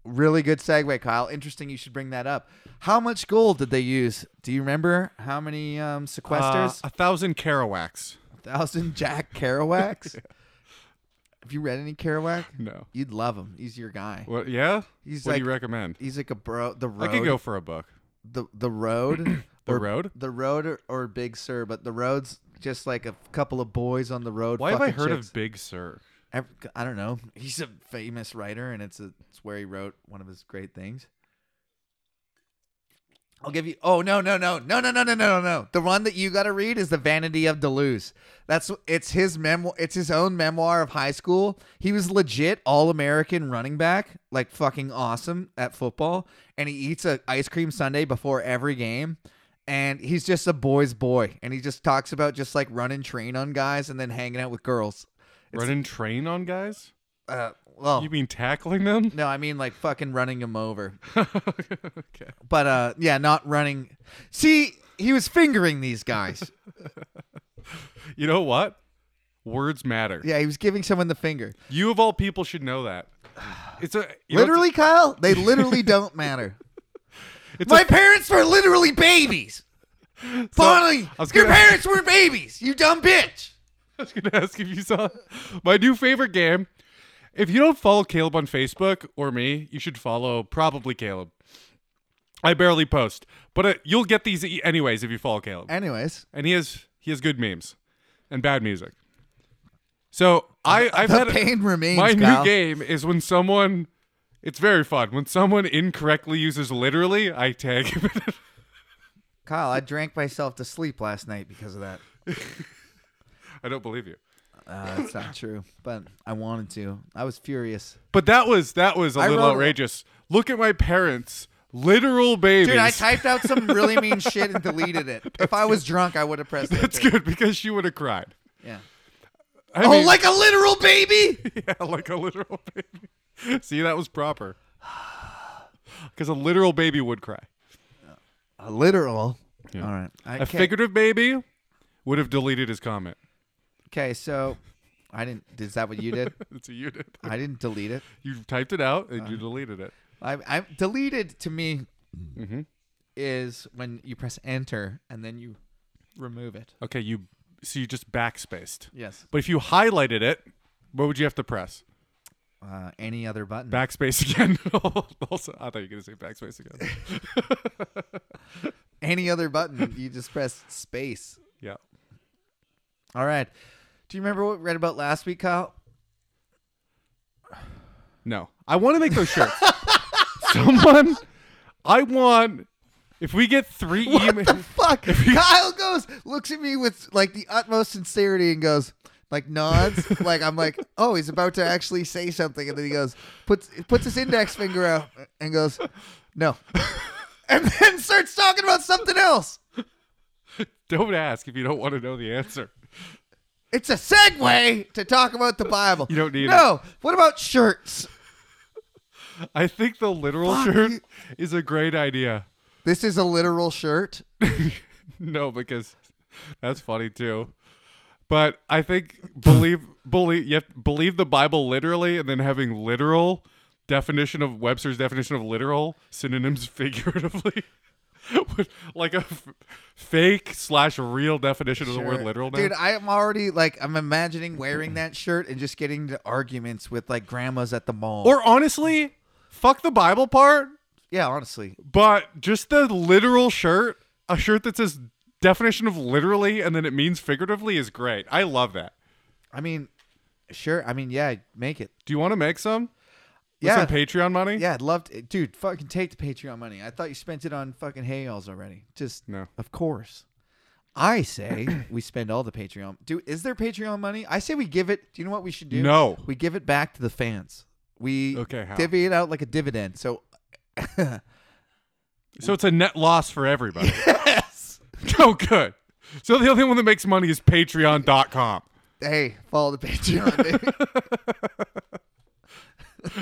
Really good segue, Kyle. Interesting. You should bring that up. How much gold did they use? Do you remember how many um, sequesters? Uh, a thousand Kerouacs. thousand Jack Kerouacs. [LAUGHS] Have you read any Kerouac? No. You'd love him. He's your guy. What? Yeah. He's what like do you recommend? he's like a bro. The I road. could go for a book. the the road. [CLEARS THROAT] The or, Road? The road or, or Big Sur, but the road's just like a couple of boys on the road. Why have I fucking heard chicks. of Big Sur? Ev- I don't know. [LAUGHS] He's a famous writer, and it's a, it's where he wrote one of his great things. I'll give you. Oh no no no no no no no no no! The one that you got to read is the Vanity of Deleuze. That's it's his memoir. It's his own memoir of high school. He was legit all American running back, like fucking awesome at football, and he eats a ice cream sundae before every game. And he's just a boy's boy, and he just talks about just like running train on guys and then hanging out with girls. It's- Running train on guys? Uh, well, You mean tackling them? no, I mean like fucking running him over. [LAUGHS] okay. But uh yeah, not running. See, he was fingering these guys. You know what? Words matter. yeah, he was giving someone the finger. You of all people should know that. It's a you know, it's a- literally, Kyle, [LAUGHS] they literally don't matter. It's My a- parents were literally [LAUGHS] babies. Finally, I was your gonna- parents were babies. You dumb bitch. [LAUGHS] I was gonna ask if you saw my new favorite game. If you don't follow Caleb on Facebook or me, you should follow probably Caleb. I barely post, but uh, you'll get these e- anyways if you follow Caleb. Anyways, And he has he has good memes and bad music. So [LAUGHS] I I've the had a- pain remains. my Kyle. new game is when someone. It's very fun when someone incorrectly uses literally. I tag him. [LAUGHS] in it. Kyle, I drank myself to sleep last night because of that. I don't believe you. Uh, that's [LAUGHS] not true, but I wanted to. I was furious. But that was that was a I little wrote- outrageous. Look at my parents, literal babies. Dude, I typed out some really mean shit and deleted it. If I was drunk, I would have pressed That's it. good because she would have cried. Yeah. I Oh, mean- like a literal baby. yeah, [LAUGHS] like a literal baby. See, that was proper. Because a literal baby would cry. A literal. All right. I, A figurative baby would have deleted his comment. [LAUGHS] Okay, so I didn't. Is that what you did? That's what you did. I didn't delete it. You typed it out and Uh-huh. you deleted it. I, I deleted to me is when you press enter and then you remove it. Okay, you so you just backspaced. Yes. But if you highlighted it, what would you have to press? Uh, any other button? Backspace [LAUGHS] again. also, I thought you were gonna say backspace again. [LAUGHS] Any other button? You just press space. Yeah. All right. Do you remember what we read about last week, Kyle? No. I want to make [LAUGHS] those shirts. Someone I want if we get three What the emails fuck? Kyle goes, looks at me with like the utmost sincerity and goes, like [LAUGHS] nods, like I'm like, oh, he's about to actually say something, and then he goes, puts puts his index finger out and goes, [LAUGHS] no, and then starts talking about something else. [LAUGHS] don't ask if you don't want to know the answer. It's a segue to talk about the Bible. You don't need no. What about shirts? I think the literal Fuck shirt you. is a great idea. This is a literal shirt. No, because that's funny too. But I think believe believe you have to believe the Bible literally, and then having literal definition of Webster's definition of literal synonyms [LAUGHS] figuratively, With, like a f- fake slash real definition of the word Sure. literal. Now. Dude, I am already like I'm imagining wearing that shirt and just getting into arguments with like grandmas at the mall. or honestly, fuck the Bible part, yeah, honestly. but just the literal shirt, a shirt that says definition of literally and then it means figuratively is great. I love that. I mean, sure. I mean, yeah, make it. Do you want to make some? With Yeah. some Patreon money? yeah, I'd love to. Dude, fucking take the Patreon money. I thought you spent it on fucking Hayalls already. Just, No. of course. I say [COUGHS] we spend all the Patreon. Dude, is there Patreon money? I say we give it. Do you know what we should do? No. We give it back to the fans. We Okay, how? divvy it out like a dividend. So, So it's a net loss for everybody. [LAUGHS] yes. [LAUGHS] oh, good. So the only one that makes money is patreon.com. Hey, follow the Patreon. [LAUGHS] baby.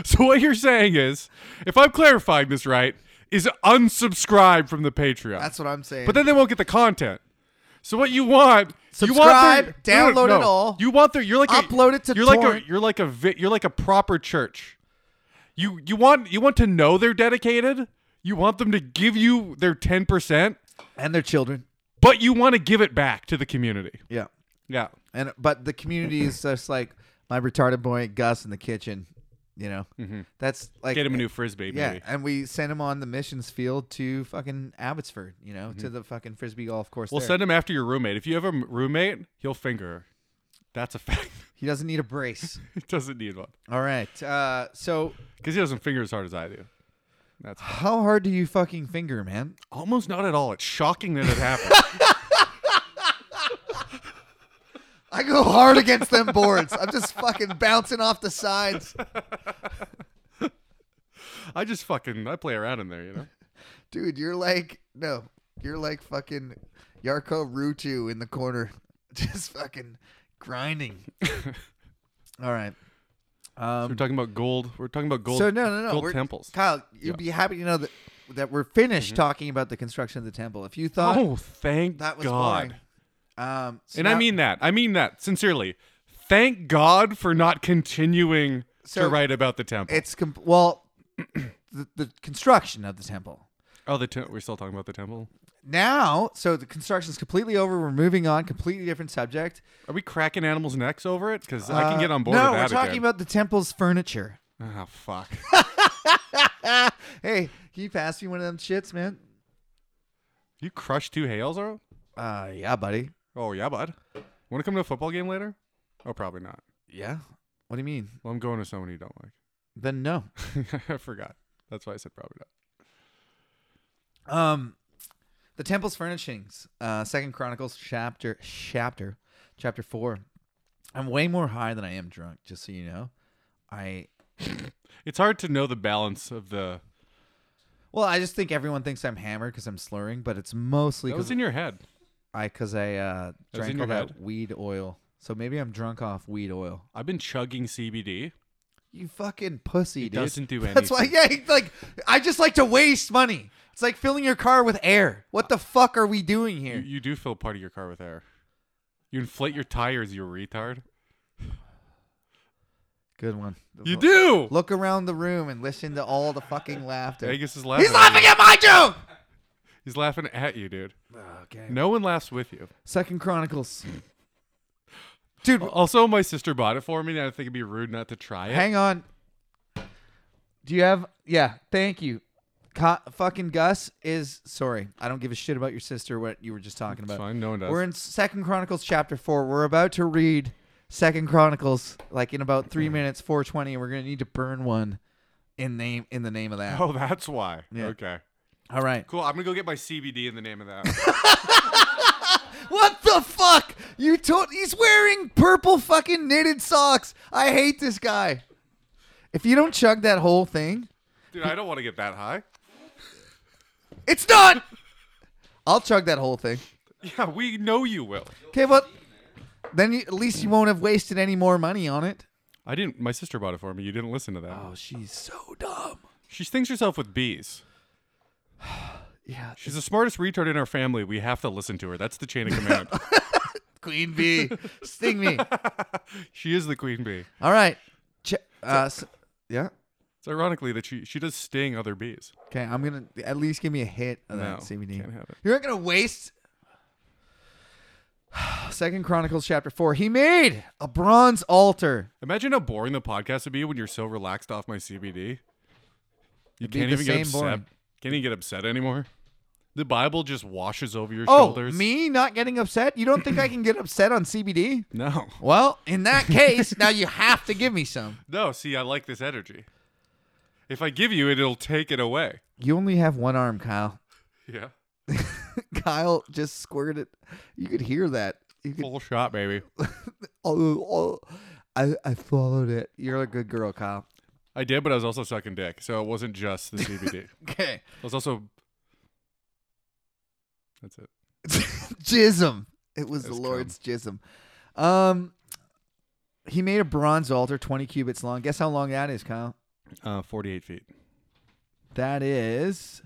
So what you're saying is, if I'm clarifying this right, is unsubscribe from the Patreon. That's what I'm saying. but then they won't get the content. So what you want, you Subscribe, want their- no, no, download no. it all, You want their you're like upload a, it to you're like torrent. a you're like a vi- you're like a proper church. You you want you want to know they're dedicated. You want them to give you their 10%, and their children. but you want to give it back to the community. Yeah. Yeah. and but the community is just like my retarded boy Gus in the kitchen, you know. That's like Mm-hmm. Get him a new frisbee, yeah, maybe. and we sent him on the missions field to fucking Abbotsford, you know, to the fucking frisbee golf course. Mm-hmm. We'll there. send him after your roommate. If you have a m- roommate, he'll finger her. That's a [LAUGHS] fact. he doesn't need a [LAUGHS] brace. he doesn't need one All right, uh, so because he doesn't finger as hard as I do. That's how hard do you fucking finger, man? almost not at all. It's shocking that it happened. I go hard against them boards. I'm just fucking bouncing off the sides, I just fucking I play around in there, you know. dude. You're like no, you're like fucking Yarko Rutu in the corner, [LAUGHS] just fucking [LAUGHS] grinding. All right. Um, We're talking about gold. We're talking about gold. So no, no, no. Gold we're- temples. Mm-hmm. Kyle, you'd be happy to know that that we're finished talking about the construction of the temple. If you thought oh, thank that was God. boring, um, so And I now- mean that. I mean that sincerely. Thank God for not continuing So- to write about the temple. it's com- well, [CLEARS THROAT] the, the construction of the temple. oh, the tem- we're still talking about the temple. Now, so the construction's completely over. We're moving on, completely different subject. Are we cracking animals' necks over it? Because I can Uh, get on board No, with that we're talking again. about the temple's furniture. oh fuck. [LAUGHS] Hey, can you pass me one of them shits, man? you crushed two hails, bro? Uh, yeah, buddy. Oh yeah, bud. Want to come to a football game later? Oh, probably not. Yeah. What do you mean? Well, I'm going to someone you don't Then no. like. [LAUGHS] I forgot. That's why I said probably not. Um, the temple's furnishings. Uh, Second Chronicles chapter chapter chapter four. I'm way more high than I am drunk. Just so you know, I It's hard to know the balance of the. well, I just think everyone thinks I'm hammered because I'm slurring, but it's mostly That was because in your head. I because I uh, was drank in your all that head. weed oil. So maybe I'm drunk off weed oil. I've been chugging CBD. You fucking pussy, dude. doesn't [LAUGHS] do That's why, yeah. he- Like, I just like to waste money. It's like filling your car with air. What the fuck are we doing You, here? you do fill part of your car with air. You inflate your tires, you retard. Good one. You Look- do. Look around the room and listen to all the fucking laughter. Vegas is laughing. He's laughing you. at my joke. He's laughing at you, dude. Okay. No one laughs with you. Second Chronicles. Dude, Also, my sister bought it for me, and I think it'd be rude not to try it. hang on. Do you have? Yeah, thank you. Co- fucking Gus is sorry. I don't give a shit about your sister. What you were just talking It's about. fine. No one does. We're in Second Chronicles chapter four. We're about to read Second Chronicles like in about three minutes, four twenty, and we're gonna need to burn one in name in the name of that. [LAUGHS] oh, that's why. Yeah. Okay. All right. Cool. I'm gonna go get my CBD in the name of that. [LAUGHS] What the fuck? You told he's wearing purple fucking knitted socks. I hate this guy. If you don't chug that whole thing, Dude, I don't want to get that high. it's not. I'll chug that whole thing. Yeah, we know you will. Okay, but then you, at least you won't have wasted any more money on it. I didn't. My sister bought it for me. You didn't listen to that. Oh, she's so dumb. She stings herself with bees. Yeah, She's the smartest retard in our family. We have to listen to her. That's the chain [LAUGHS] of command. queen bee, sting me. she is the queen bee. All right. Ch- uh, s- yeah. It's ironically that she she does sting other bees. Okay, I'm gonna at least give me a hit of No, that CBD. can't have it. You're not gonna waste. [SIGHS] Second Chronicles chapter four. He made a bronze altar. Imagine how boring the podcast would be when you're so relaxed off my CBD. You be can't the even get same upset. boring. Can't even get upset anymore. The Bible just washes over your Oh, shoulders. me not getting upset? You don't think I can get upset on CBD? No, Well, in that case, now you have to give me some. no. See, I like this energy. If I give you it, it'll take it away. You only have one arm, Kyle. [LAUGHS] Yeah, Kyle just squirted. You could hear that. You could. full shot, baby. Oh, oh. I I followed it. You're a good girl, Kyle. I did, but I was also sucking dick, so it wasn't just the CBD. Okay. I was also. That's it. [LAUGHS] jism. It was It the was Lord's jism. Um, he made a bronze altar, twenty cubits long. Guess how long that is, Kyle? Uh, Forty-eight feet. That is.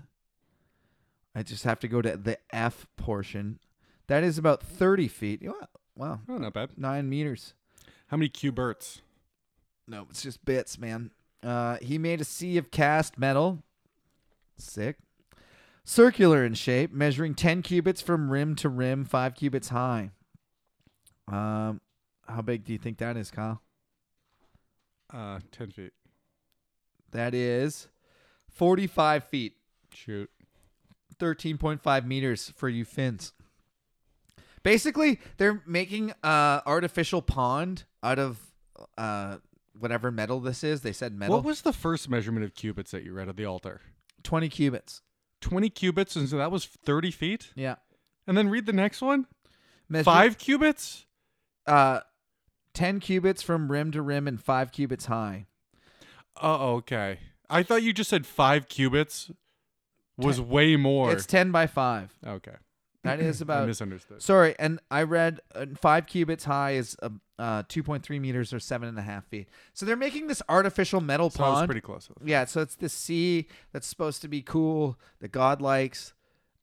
I just have to go to the F portion. That is about thirty feet. Wow, wow Oh, not bad. nine meters. How many cuberts? No, it's just bits, man. Uh, he made a sea of cast metal. Sick. Circular in shape, measuring 10 cubits from rim to rim, 5 cubits high. Um, how big do you think that is, Kyle? Uh, ten feet. That is 45 feet, Shoot. 13.5 meters for you Finns. Basically, they're making uh artificial pond out of uh whatever metal this is. They said metal. What was the first measurement of cubits that you read at the altar? 20 cubits. 20 cubits, and so that was 30 feet. Yeah. And then read the next one. Measure- Five cubits? uh, 10 cubits from rim to rim and 5 cubits high. Oh, okay. I thought you just said five cubits was way more. It's Uh, 10 by 5. okay. That is [CLEARS THROAT] I about. misunderstood. Sorry, and I read uh, 5 cubits high is uh, uh, 2.3 meters or 7.5 feet. So they're making this artificial metal So I was pond. pretty close. yeah, so it's this sea that's supposed to be cool, that God likes.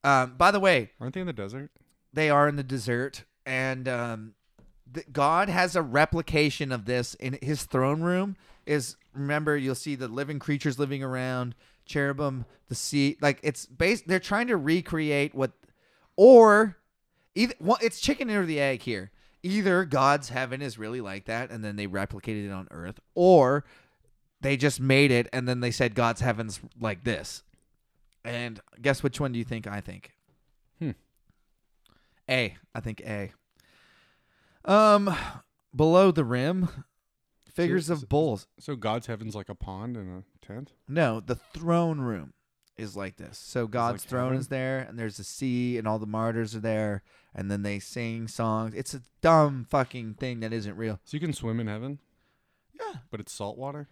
Um, by the way, Aren't they in the desert? they are in the desert and um th- god has a replication of this in his throne room is remember you'll see the living creatures living around cherubim the sea like it's based they're trying to recreate what or either well, it's chicken or the egg here either god's heaven is really like that and then they replicated it on earth or they just made it and then they said god's heaven's like this and guess which one do you think i think a, I think A. Um, below the rim, figures of bulls. So God's heaven's like a pond in a tent? No, the throne room. is like this. So God's like throne heaven? is there, and there's a sea, and all the martyrs are there, and then they sing songs. It's a dumb fucking thing that isn't real. So you can swim in heaven, Yeah, but it's salt water.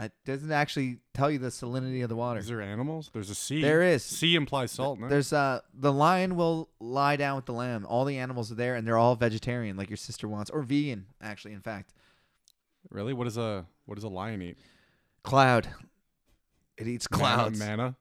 it doesn't actually tell you the salinity of the water. Is there animals? There's a sea. There is. Sea implies salt. No? There's uh the lion will lie down with the lamb. All the animals are there, and they're all vegetarian, like your sister wants, or vegan actually. In fact, really? What does a what does a lion eat? cloud. It eats Manna- clouds. manna.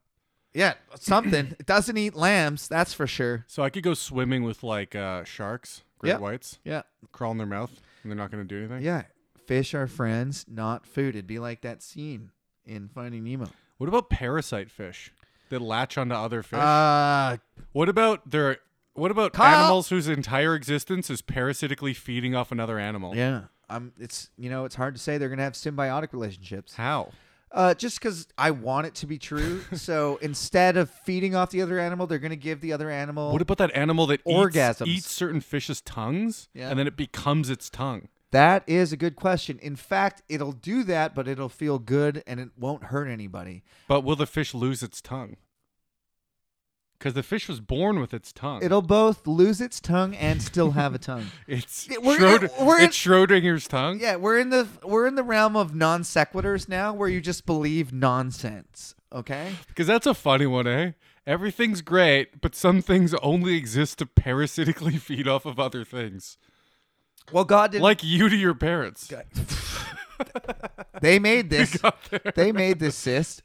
Yeah, something. it doesn't eat lambs, that's for sure. So I could go swimming with like uh, sharks, great Yeah. whites, Yeah, crawl in their mouth, and they're not going to do anything. yeah. Fish are friends, not food. It'd be like that scene in Finding Nemo. What about parasite fish that latch onto other fish? Uh, what about their what about Kyle! animals whose entire existence is parasitically feeding off another animal? yeah. Um, it's you know it's hard to say they're gonna have symbiotic relationships. How? Uh, just because I want it to be true. so instead of feeding off the other animal, they're gonna give the other animal. What about that animal that eats- Orgasms. Eats, certain fish's tongues, Yeah. and then it becomes its tongue? That is a good question. In fact, it'll do that, but it'll feel good and it won't hurt anybody. But will the fish lose its tongue? Because the fish was born with its tongue. It'll both lose its tongue and still have a tongue. it's Yeah, we're- Schroeder- we're in- it's Schrodinger's tongue. Yeah, we're in the we're in the realm of non sequiturs now, where you just believe nonsense. Okay, Because that's a funny one, eh? Everything's great, but some things only exist to parasitically [LAUGHS] feed off of other things. well, God didn't. Like you to your parents. [LAUGHS] [LAUGHS] they made this. They made this cyst,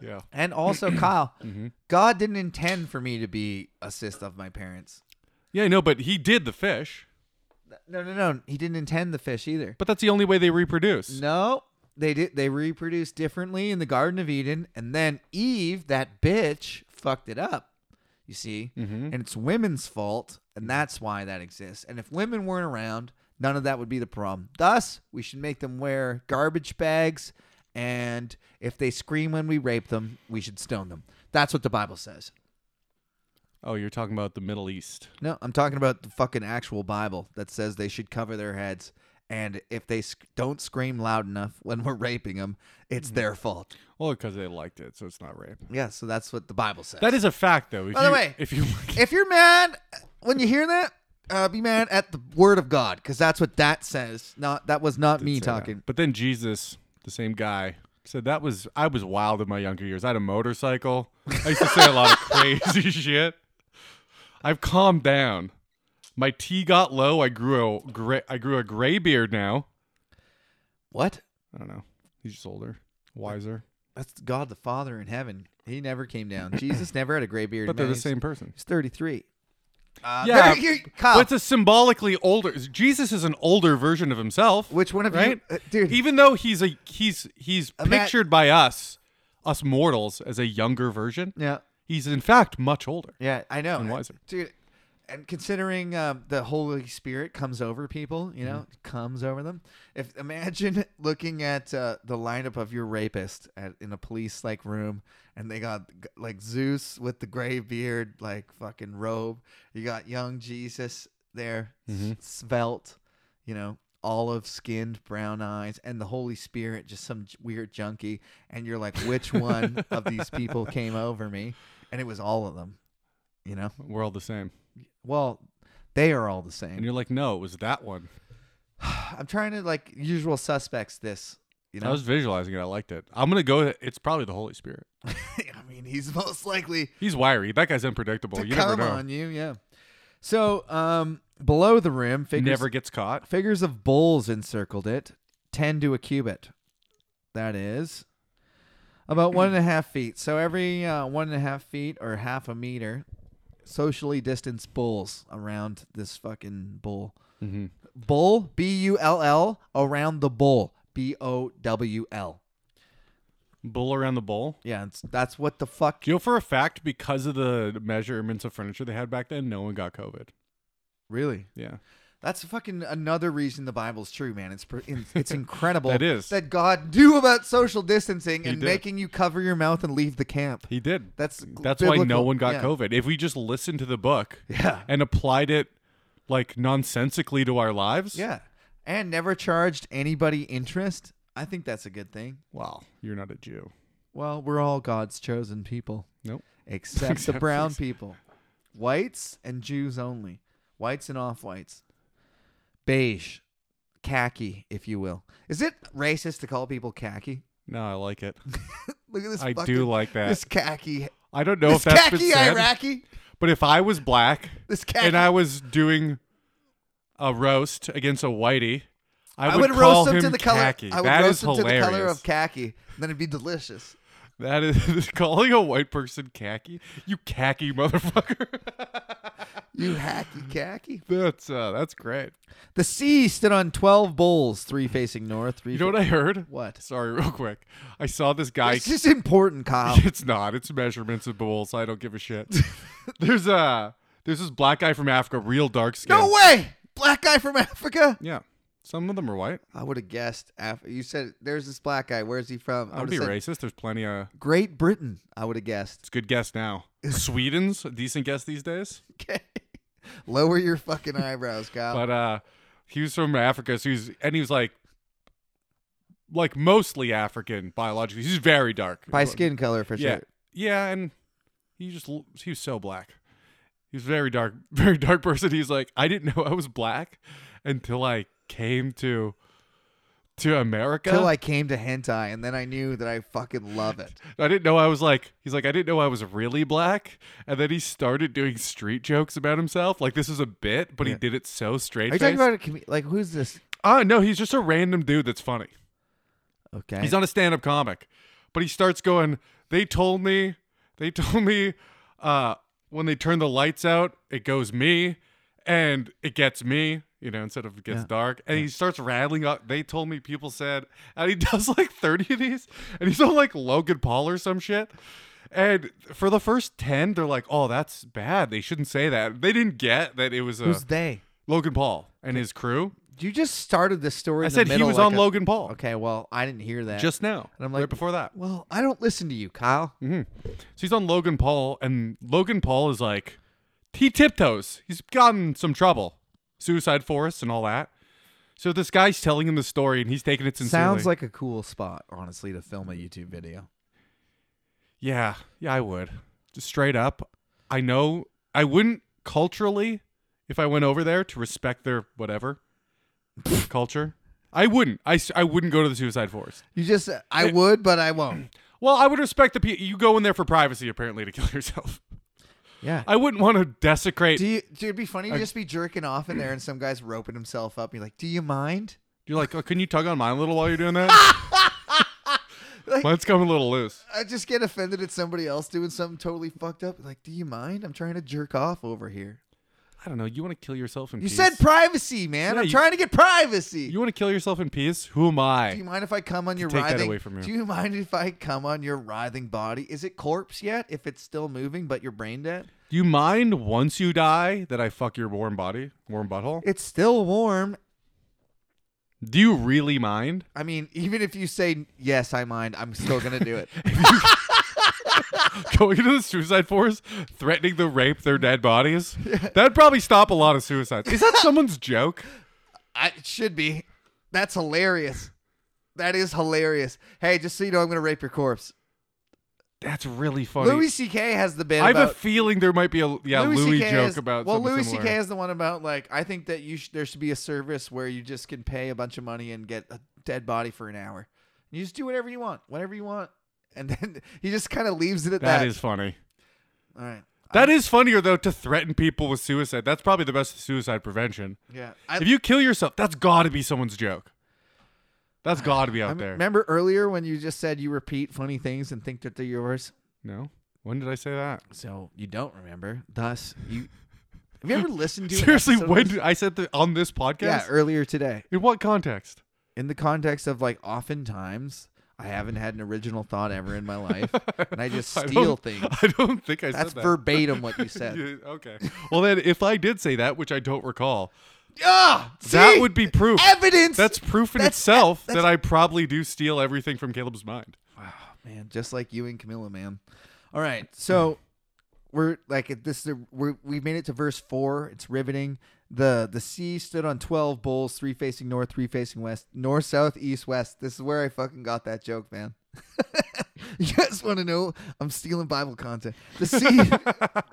Yeah. and also Kyle. God didn't intend for me to be a cyst of my parents. Yeah, I know, but he did the fish. No, no, no. He didn't intend the fish either. But that's the only way they reproduce. No, they did. They reproduced differently in the Garden of Eden, and then Eve, that bitch, fucked it up. You see, and it's women's fault, and that's why that exists. And if women weren't around, none of that would be the problem. Thus, we should make them wear garbage bags, and if they scream when we rape them, we should stone them. That's what the Bible says. Oh, you're talking about the Middle East. No, I'm talking about the fucking actual Bible that says they should cover their heads. And if they sc- don't scream loud enough when we're raping them, Mm. it's their fault. Well, because they liked it, so it's not rape. Yeah, so that's what the Bible says. That is a fact, though. If By the you- way- if you [LAUGHS] if you're mad when you hear that, uh, be mad at the Word of God because that's what that says. Not that was not me say that. talking. But then Jesus, the same guy, said that was I was wild in my younger years. I had a motorcycle. I used to say a lot of [LAUGHS] crazy shit. I've calmed down. My tea got low. I grew a gray, I grew a gray beard now. What? I don't know. He's just older, wiser, That's God the Father in heaven. He never came [LAUGHS] down. Jesus never had a gray beard. but they're man. the same person. He's 33. Uh, Yeah, there [LAUGHS] you- Kyle, But it's a symbolically older. Jesus is an older version of himself. which one of right? you, uh, dude? Even though he's a he's he's Ima- pictured by us, us mortals, as a younger version. yeah. He's in fact much older. Yeah, I know. And wiser. Dude, and considering um, the Holy Spirit comes over people, you know, Mm-hmm. comes over them. If imagine [LAUGHS] looking at uh, the lineup of your rapist at, in a police like room, and they got g- like Zeus with the gray beard, like fucking robe. You got young Jesus there, s- Mm-hmm. svelte, you know, olive skinned, brown eyes, and the Holy Spirit, just some j- weird junkie. And you're like, which one [LAUGHS] of these people came over me? And it was all of them, you know? We're all the same. Well, they are all the And same. you're like, no, it was that one. I'm trying to like usual suspects this, you I know? was visualizing it. I liked it. I'm gonna go. It's probably the Holy Spirit. [LAUGHS] I mean, he's most likely He's wiry. That guy's unpredictable. to You never come know. on you, yeah. So, um, below the rim, He figures never gets caught. figures of bowls encircled it, ten to a cubit. That is about one and a half feet. So every uh, one and a half feet or half a meter, socially distanced bulls around this fucking bull. Bull, B U L L, around the bull, B O W L. Bull around the bowl. Yeah, it's, that's what the fuck. Do you know for a fact because of the measurements of furniture they had back then, no one got COVID. Really? Yeah. That's fucking another reason the Bible's true, man. It's pr- in- [LAUGHS] it's incredible That is. that God [LAUGHS] knew about social distancing He and did. making you cover your mouth and leave the camp. He did. That's That's why no biblical. one got Yeah. COVID. If we just listened to the book Yeah. and applied it like nonsensically to our lives, Yeah, and never charged anybody interest. I think that's a good thing. Well, you're not a Jew. Well, we're all God's chosen people, Nope. except, the [LAUGHS] Except- brown people, whites and Jews only, whites and off whites, beige, khaki, if you will. Is it racist to call people khaki? No, I like it. Look at this. I fucking- do like that. this khaki. I don't [LAUGHS] know this if that's been khaki said, Iraqi. but if I was black This khaki. and I was doing a roast against a whitey, I I would, would call roast them him to the color. khaki. I would That roast is them hilarious. to the color of khaki. Then it'd be delicious. that is [LAUGHS] calling a white person khaki. You khaki motherfucker. [LAUGHS] You hacky khaki. that's uh, that's great. The sea stood on twelve bowls, three facing north. Three. You know what I heard? What? Sorry, real quick. I saw this guy. It's just important, Kyle. [LAUGHS] it's not. It's measurements of bowls. I don't give [LAUGHS] a shit. there's a there's this black guy from Africa, real dark skin. No way! Black guy from Africa? Yeah, some of them are white. I would have guessed. Af- you said there's this black guy. Where's he from? I would would've be said racist. There's plenty of. Great Britain. I would have guessed. [LAUGHS] It's a good guess now. Sweden's a decent guess these days, Okay. Lower your fucking eyebrows, Kyle. but uh, he was from Africa, so he's and he was like, like mostly African biologically. He's very dark By skin color, for Yeah, sure. yeah, and he just l- he was so black. He was very dark, [LAUGHS] very dark person. He's like, I didn't know I was black until I came to to America. Till I came to hentai, and then I knew that I fucking love it. I didn't know I was like, he's like, I didn't know I was really black. And then he started doing street jokes about himself. Like, this is a bit, but Yeah. he did it so straight. Are you talking about a com- like who's this? Uh, no, he's just a random dude that's funny. Okay. He's not a stand up comic. But he starts going, they told me, they told me uh, when they turn the lights out, it goes me and it gets me, you know, instead of it gets Yeah. dark. And he starts rattling up, they told me, people said, and he [LAUGHS] does like 30 of these. And he's on like Logan Paul or some shit. And for the first 10, they're like, oh, that's bad. They shouldn't say that. They didn't get that it was uh, who's they? Logan Paul and his crew. You just started this story. I in the said he middle was like on a- Logan Paul Okay, well I didn't hear that. just now. And I'm like- right before that. well, I don't listen to you, [LAUGHS] Kyle. hmm So he's on Logan Paul, and Logan Paul is like, he tiptoes. He's gotten some trouble, suicide forest and all that. So this guy's telling him the story, and he's taking it sincerely. Sounds like a cool spot, honestly, to film a YouTube video. yeah, yeah, I would just straight up. I know I wouldn't culturally if I went over there to respect their whatever [LAUGHS] culture. I wouldn't. I, s- I wouldn't go to the suicide forest. You just, uh, I would, but I [CLEARS THROAT] won't. Well, I would respect the people. You go in there for privacy, apparently, to kill yourself. [LAUGHS] Yeah. I wouldn't want to desecrate. Do you, dude, it'd be funny to just be jerking off in there and some guy's roping himself up. And you're like, do you mind? You're like, oh, can you tug on mine a little while you're doing that? [LAUGHS] Like- Mine's coming a little loose. I just get offended at somebody else doing something totally fucked up. Like, do you mind? I'm trying to jerk off over here. I don't know. You want to kill yourself in You peace? said privacy, man. Yeah, I'm you- trying to get privacy. you want to kill yourself in peace? Who am do you I? mind if I come on your Take that writhing? away from you. Do you mind if I come on your writhing body? Is it corpse yet? If it's still moving, but your brain dead? Do you mind once you die that I fuck your warm body, warm butthole? It's still warm. Do you really mind? [LAUGHS] I mean, even if you say yes, I mind, I'm still gonna do [LAUGHS] it. Going into the suicide force, threatening to rape their dead bodies? That'd probably stop a lot of suicides. [LAUGHS] Is that someone's joke? I it should be. That's hilarious. That is hilarious. Hey, just so you know, I'm gonna rape your corpse. That's really funny. Louis C.K. has the bit. I have about, a feeling there might be a yeah Louis, CK joke is- about Well, something Louis similar. C.K. is the one about like I think that you sh- there should be a service where you just can pay a bunch of money and get a dead body for an hour. You just do whatever you want, whatever you want, [LAUGHS] and then he just kind of leaves it at that. that is funny. all right. That is funnier though to threaten people with suicide. That's probably the best suicide prevention. Yeah. I, if you kill yourself, that's got to be someone's joke. [SIGHS] That's got to be I out m- there. remember earlier when you just said you repeat funny things and think that they're yours. no, when did I say that? So you don't remember. Thus, you have you ever listened to an [LAUGHS] Seriously, episode of when this- did I said that on this podcast? yeah er, earlier today In what context? in the context of like oftentimes I haven't had an original thought ever in my life, and I just [LAUGHS] I don't- steal things. I don't think I That's said that. [LAUGHS] verbatim what you said. Yeah, okay. Well, then, if I did say that, which I don't recall, Ah, that see? would be proof. evidence. That's proof in That's- itself that's- that I probably do steal everything from Caleb's mind. wow, man, just like you and Camilla, man. All right, so we're like at this. We're, we made it to verse four. It's riveting. The the sea stood on twelve bulls, three facing north, three facing west, north, south, east, west. This is where I fucking got that joke, man. [LAUGHS] You guys want to know? I'm stealing Bible content. The [LAUGHS] sea,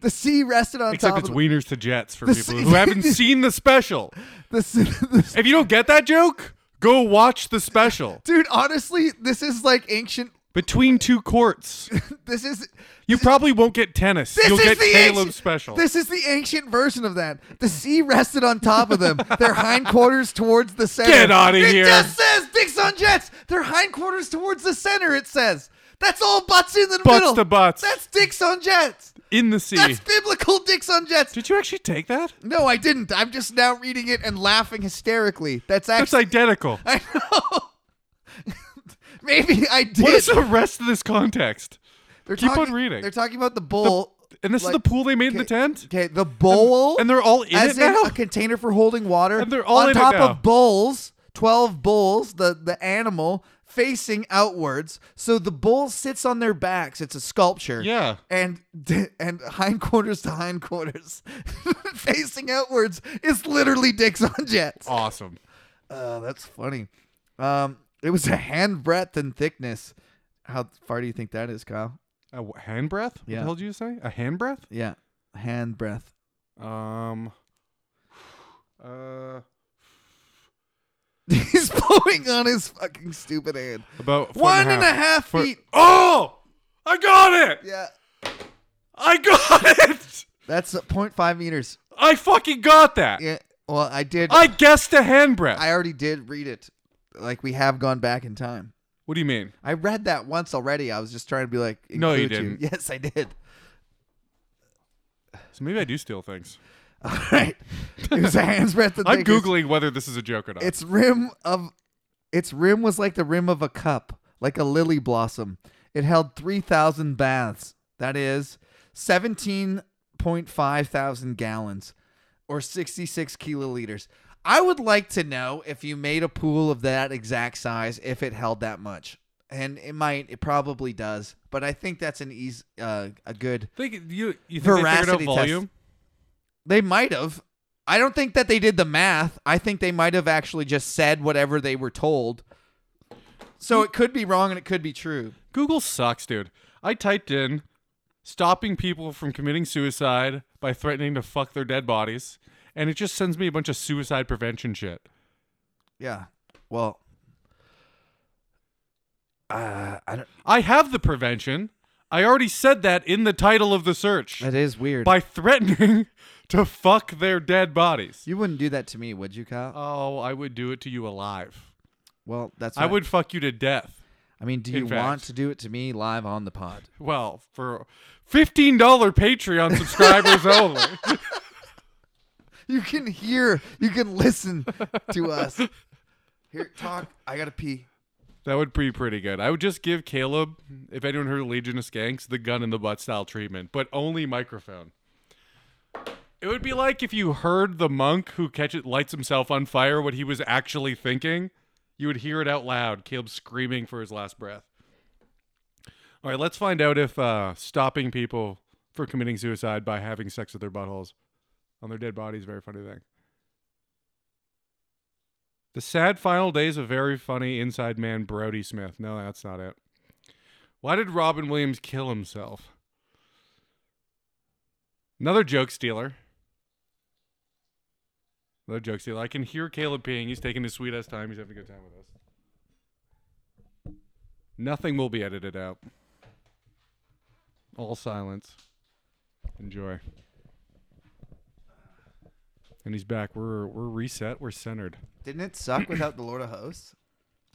the sea rested on Except top it's of wieners to jets for The people se- [LAUGHS] who haven't seen the special. the, [LAUGHS] sea, the- If you don't get that joke, go watch the special. Dude, honestly, this is like ancient. [LAUGHS] Between two courts, This is you probably won't get tennis. This You'll is get the Caleb's ancient, special. This is the ancient version of that. The sea rested on top of them, their hindquarters towards the center. Get outta It here. just says dicks on jets. Their hindquarters towards the center. It says that's all butts in the Butts middle. to butts. That's dicks on jets. in the sea. That's biblical dicks on jets. Did you actually take that? No, I didn't. I'm just now reading it and laughing hysterically. That's That's actually identical. I know. Maybe I did. What is the rest of this context? They're Keep on talking- reading. They're talking about the bowl. And this like- is the pool they made in the Okay, tent? Okay, the bowl. and they're all in as it now? a container for holding water. And they're all on in it top now. of bowls, twelve bowls. The the animal facing outwards, so the bowl sits on their backs. It's a sculpture. Yeah. And [LAUGHS] and hindquarters to hindquarters, [LAUGHS] facing outwards is literally dicks on jets. Awesome. Oh, that's funny. Um, it was a hand breadth in thickness. How far do you think that is, Kyle? A wh- hand breath? What Yeah. the hell did you say? A hand breath? Yeah, hand breadth. Um. Uh, [LAUGHS] He's blowing on his fucking stupid hand. about foot One and a half. Foot- feet. Oh, I got it! Yeah, I got [LAUGHS] it! that's uh, 0.5 meters. I fucking got that. Yeah. Well, I did. I, I guessed a hand breath. already did read it. Like we have gone back in time. what do you mean? I read that once already. I was just trying to be like, No, you include didn't. Yes, I did. [LAUGHS] So maybe I do steal things. All right. It was a hand's [LAUGHS] breadth. of I'm thickness. googling whether this is a joke or not. Its rim of its rim was like the rim of a cup, like a lily blossom. It held three thousand baths. That is seventeen point five thousand gallons, or sixty-six kiloliters. I would like to know if you made a pool of that exact size, if it held that much, and it might. It probably does, but I think that's an easy, uh, a good. think you you think they figured out Veracity test. volume? They might have. I don't think that they did the math. I think they might have actually just said whatever they were told. So it could be wrong and it could be true. Google sucks, dude. I typed in stopping people from committing suicide by threatening to fuck their dead bodies, and it just sends me a bunch of suicide prevention shit. Yeah. Well, uh, I don't, I have the prevention. I already said that in the title of the search. that is weird. By threatening [LAUGHS] to fuck their dead bodies. You wouldn't do that to me, would you, Kyle? Oh, I would do it to you alive. well, that's. I not- would fuck you to death. I mean, do in you want fact. to do it to me live on the pod? Well, for $15 Patreon [LAUGHS] subscribers only. You can hear. You can listen [LAUGHS] to us. Here, talk. I gotta pee. That would be pretty good. I would just give Caleb, if anyone heard of Legion of Skanks, the gun in the butt style treatment, but only microphone. It would be like if you heard the monk who catches lights himself on fire what he was actually thinking. You would hear it out loud, Caleb screaming for his last breath. All right, let's find out if uh, stopping people for committing suicide by having sex with their buttholes on their dead bodies is a very funny thing. The sad final days of very funny inside man Brody Smith. No, that's not it. Why did Robin Williams kill himself? Another joke stealer. Another joke stealer. I can hear Caleb peeing. He's taking his sweet ass time. He's having a good time with us. Nothing will be edited out. All silence. Enjoy. And he's back. We're we're reset. We're centered. Didn't it suck without the Lord of Hosts?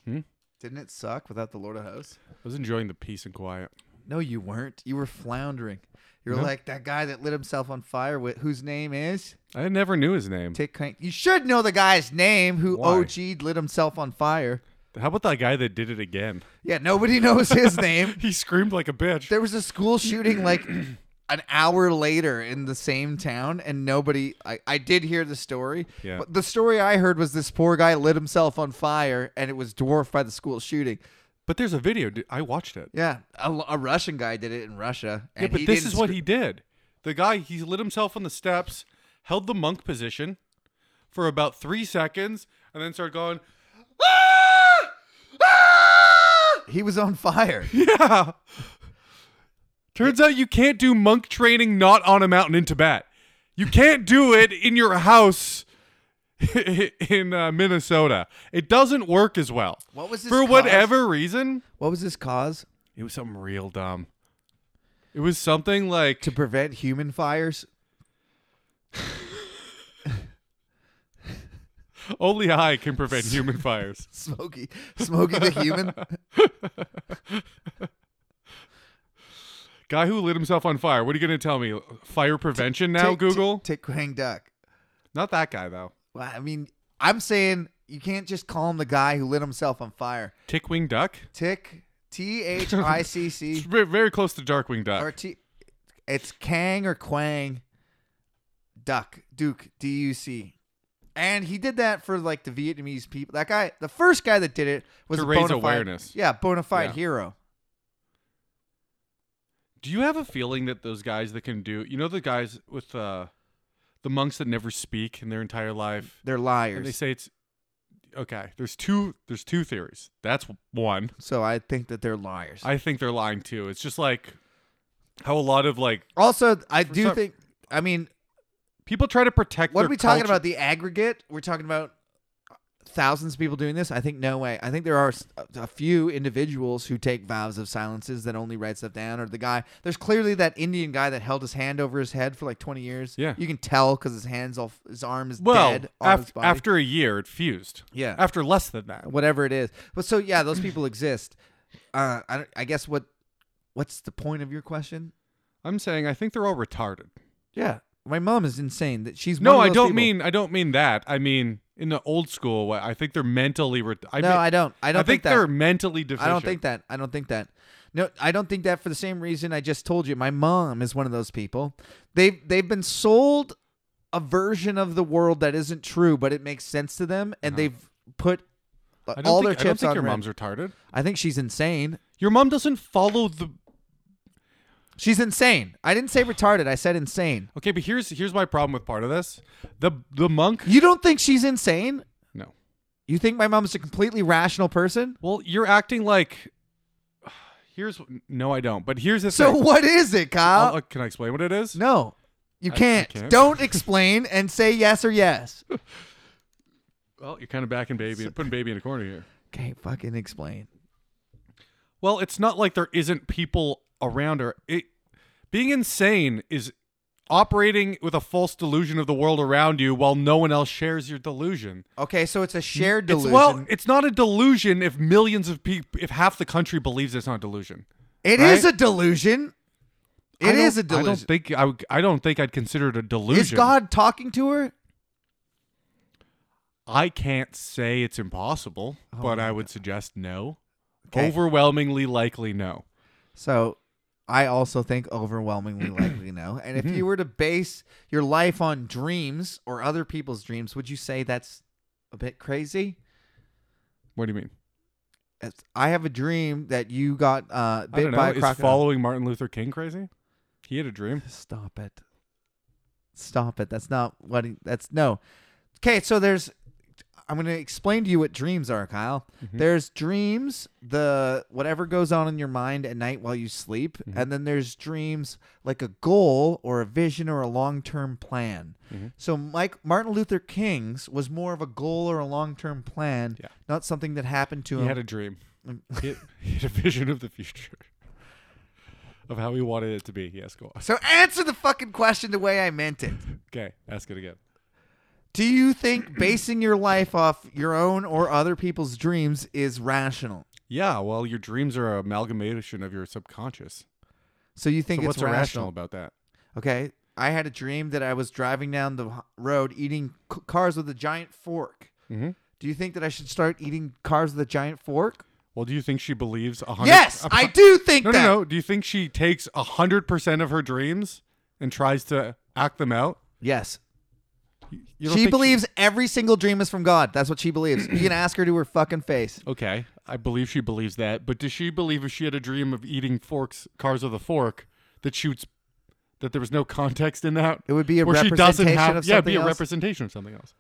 Hmm? Didn't it suck without the Lord of Hosts? I was enjoying the peace and quiet. No, you weren't. You were floundering. You were No. like that guy that lit himself on fire with whose name is I never knew his name. Tick Crank. You should know the guy's name who Why? OG'd lit himself on fire. How about that guy that did it again? [LAUGHS] Yeah, nobody [LAUGHS] knows his name. He screamed like a bitch. There was a school shooting like [CLEARS THROAT] an hour later in the same town, and nobody. I, I did hear the story. Yeah. But the story I heard was this poor guy lit himself on fire, and it was dwarfed by the school shooting. but there's a video. dude. I watched it. Yeah, a, a Russian guy did it in Russia. Yeah, and but he this didn't is what scr- he did. The guy, he lit himself on the steps, held the monk position for about three seconds, and then started going, "Ah! Ah!" He was on fire. Yeah. Turns out you can't do monk training not on a mountain in Tibet. You can't do it in your house [LAUGHS] in uh, Minnesota. It doesn't work as well. What was his For cause? whatever reason, What was his cause? it was something real dumb. It was something like To prevent human fires? only I [LAUGHS] can prevent human fires. Smokey, Smokey the human. Guy who lit himself on fire. What are you going to tell me? Fire prevention [LAUGHS] now, Tick- Google? tick, tick Quang Duck. Not that guy though. Well, I mean, I'm saying you can't just call him the guy who lit himself on fire. Tickwing duck. Tick, T H I C It's [LAUGHS] C, ve- very close to Darkwing Duck. or T. It's Kang or Quang. Duck, Duke, D U C. And he did that for like the Vietnamese people. That guy, the first guy that did it was To a raise bona fide- awareness. Yeah, bona fide Yeah. hero. Do you have a feeling that those guys that can do, you know, the guys with uh, the monks that never speak in their entire life, They're and liars. they say it's okay. There's two. There's two theories. That's one. so I think that they're liars. I think they're lying too. It's just like how a lot of like also, I do some- think. I mean, people try to protect. What their are we talking culture- about? The aggregate? We're talking about thousands of people doing this? I think no way. I think there are s- a few individuals who take vows of silences that only write stuff down, or the guy. There's clearly that Indian guy that held his hand over his head for like 20 years. Yeah. you can tell because his hands off, his arm is Well, dead off his af- body. after a year, it fused. Yeah. After less than that, whatever it is. But so yeah, those people exist. Uh, I, don't- I guess what what's the point of your question? I'm saying I think they're all retarded. Yeah, my mom is insane. That she's No, one I of those don't people. mean I don't mean that. I mean in the old school way. I think they're mentally. Ret- I no, mean, I don't. I don't think, that. they're mentally deficient. I don't think that. I don't think that. No, I don't think that for the same reason I just told you. My mom is one of those people. They've they've been sold a version of the world that isn't true, but it makes sense to them, and they've put uh, Uh-huh. I don't all think, their chips I don't think on your red. mom's retarded. I think she's insane. Your mom doesn't follow the. She's insane. I didn't say retarded. I said insane. Okay, but here's here's my problem with part of this. The the monk. You don't think she's insane? No. You think my mom's a completely rational person? Well, you're acting like. [SIGHS] Here's no, I don't. But here's the So thing. what is it, Kyle? I'll- uh, can I explain what it is? no. You I- I can't. can't. Don't explain and say yes or [LAUGHS] yes. Well, you're kind of backing baby, putting baby in a corner here. Okay, fucking explain. Well, it's not like there isn't people around her. It being insane is operating with a false delusion of the world around you while no one else shares your delusion. Okay, so it's a shared delusion. It's well, it's not a delusion if millions of people, if half the country believes it's not a delusion. It right? is a delusion. I It don't- is a delusion. I don't think I, would- I don't think I'd consider it a delusion. is God talking to her? I can't say it's impossible, but I would suggest no. Oh Okay. Overwhelmingly likely no. So I also think overwhelmingly [CLEARS THROAT] likely no. And Hmm. if you were to base your life on dreams or other people's dreams, would you say that's a bit crazy? What do you mean? It's- I have a dream that you got uh, I don't bit know. by a is crocodile. following Martin Luther King crazy? He had a dream. Stop it. Stop it. That's not what he, that's no. Okay, so there's I'm going to explain to you what dreams are, Kyle. Mm-hmm. There's dreams, the whatever goes on in your mind at night while you sleep, Mm-hmm. and then there's dreams like a goal or a vision or a long-term plan. Mm-hmm. So Mike Martin Luther King's was more of a goal or a long-term plan, Yeah. not something that happened to He him. had a dream. [LAUGHS] he, had, he had a vision of the future of how he wanted it to be. Yes, go on. so answer the fucking question the way I meant it. Okay, ask it again. Do you think basing your life off your own or other people's dreams is rational? Yeah, well, your dreams are an amalgamation of your subconscious. So you think So it's what's irrational rational? about that? Okay. I had a dream that I was driving down the h- road eating c- cars with a giant fork. Mm-hmm. Do you think that I should start eating cars with a giant fork? Well, do you think she believes a hundred? Yes, [LAUGHS] a- I do think No, that. no, no. Do you think she takes a hundred percent of her dreams and tries to act them out? Yes. You don't She think believes every single dream is from God. That's what she believes. you [CLEARS THROAT] can ask her to her fucking face. Okay, I believe she believes that. But does she believe if she had a dream of eating forks, cars with a fork, that shoots, that there was no context in that? It would be a Or she doesn't representation have, of yeah, something be a else. representation of something else.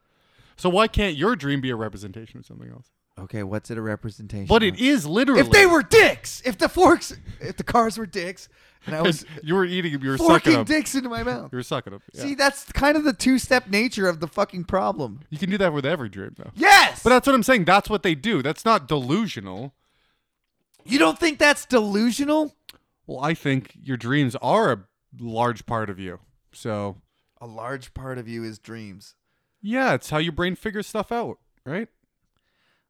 So why can't your dream be a representation of something else? okay, what's it a representation? But it of? is literally. If they were dicks, if the forks, if the cars were dicks, and [LAUGHS] I was [LAUGHS] you were eating them. You were sucking forking them. dicks into my mouth. You were sucking them. Yeah. See, that's kind of the two-step nature of the fucking problem. you can do that with every dream, though. Yes, But that's what I'm saying. That's what they do. That's not delusional. you don't think that's delusional? Well, I think your dreams are a large part of you. So, A large part of you is dreams. yeah, it's how your brain figures stuff out, right?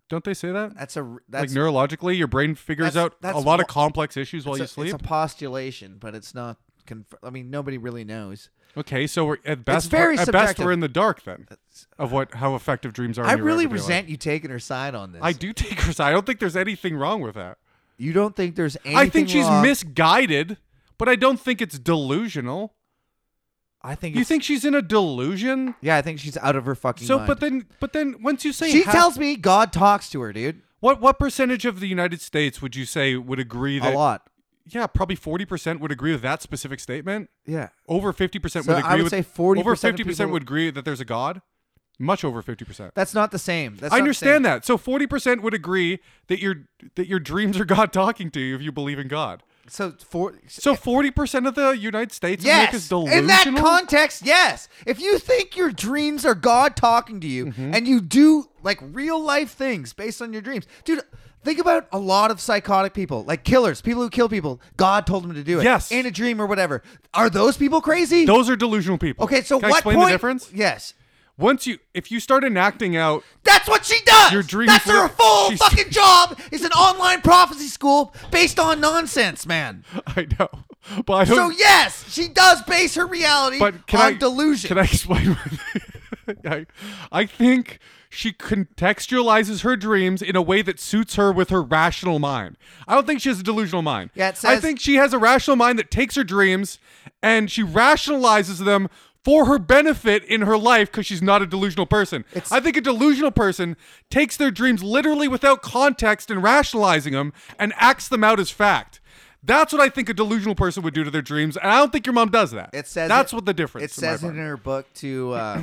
Don't they say that? That's a Uh, that's like neurologically, your brain figures that's- out that's a lot wha- of complex issues while it's you a, sleep. It's a postulation, but it's not. Conf- I mean, nobody really knows. okay, so we're at best very we're, at best subjective. we're in the dark then That's- of what how effective dreams are. in I your really everyday life. resent you taking her side on this. I do take her side. I don't think there's anything wrong with that. You don't think there's anything? I think she's wrong. misguided, but I don't think it's delusional. I think You it's- think she's in a delusion? Yeah, I think she's out of her fucking. So, mind. but then, but then, once you say she half- tells me God talks to her, dude. what what percentage of the United States would you say would agree A that? lot. Yeah, probably forty percent would agree with that specific statement. Yeah. Over fifty percent So would I agree would say with. 40% over of fifty percent people- would agree that there's a God. Much over fifty percent. That's not the same. That's not the I same. understand that. So forty percent would agree that your that your dreams are God talking to you if you believe in God. So for So forty percent of the United States yes, of America is in that delusional? context, yes. If you think your dreams are God talking to you, Mm-hmm. and you do like real life things based on your dreams, dude. Think about a lot of psychotic people, like killers, people who kill people. God told them to do it. Yes. In a dream or whatever. Are those people crazy? Those are delusional people. okay, so Can I what explain point? the difference? Yes. Once you if you start enacting out [LAUGHS] That's what she does. Your dreams That's her were- full she's- fucking [LAUGHS] job. Is an online prophecy school based on nonsense, man. I know. But I don't So yes, she does base her reality but can on I, delusion. Can I explain? what- [LAUGHS] I, I think she contextualizes her dreams in a way that suits her with her rational mind. I don't think she has a delusional mind. Yeah, it I says- think she has a rational mind that takes her dreams and she rationalizes them for her benefit in her life because she's not a delusional person. I think a delusional person takes their dreams literally without context and rationalizing them and acts them out as fact. That's what I think a delusional person would do to their dreams, and I don't think your mom does that. It says that's it- what the difference. It in my says it in mind. her book to uh,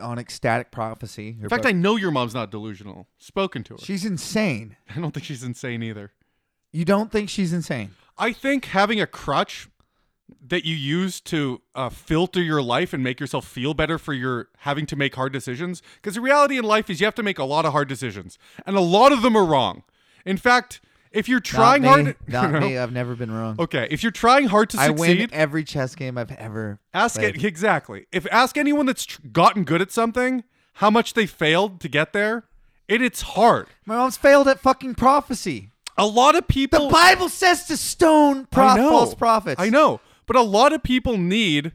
on ecstatic prophecy. In fact, I know your mom's not delusional. Spoken to her. she's insane. I don't think she's insane either. You don't think she's insane? I think having a crutch that you use to uh, filter your life and make yourself feel better for your having to make hard decisions, because the reality in life is you have to make a lot of hard decisions, and a lot of them are wrong. In fact, if you're trying not me, hard, [LAUGHS] Not No. me. I've never been wrong. Okay, if you're trying hard to I succeed, win every chess game I've ever. Ask played. it exactly. If ask anyone that's tr- gotten good at something, how much they failed to get there, it it's hard. My mom's failed at fucking prophecy. A lot of The people Bible says to stone I prof- know. false prophets. I know, but a lot of people need.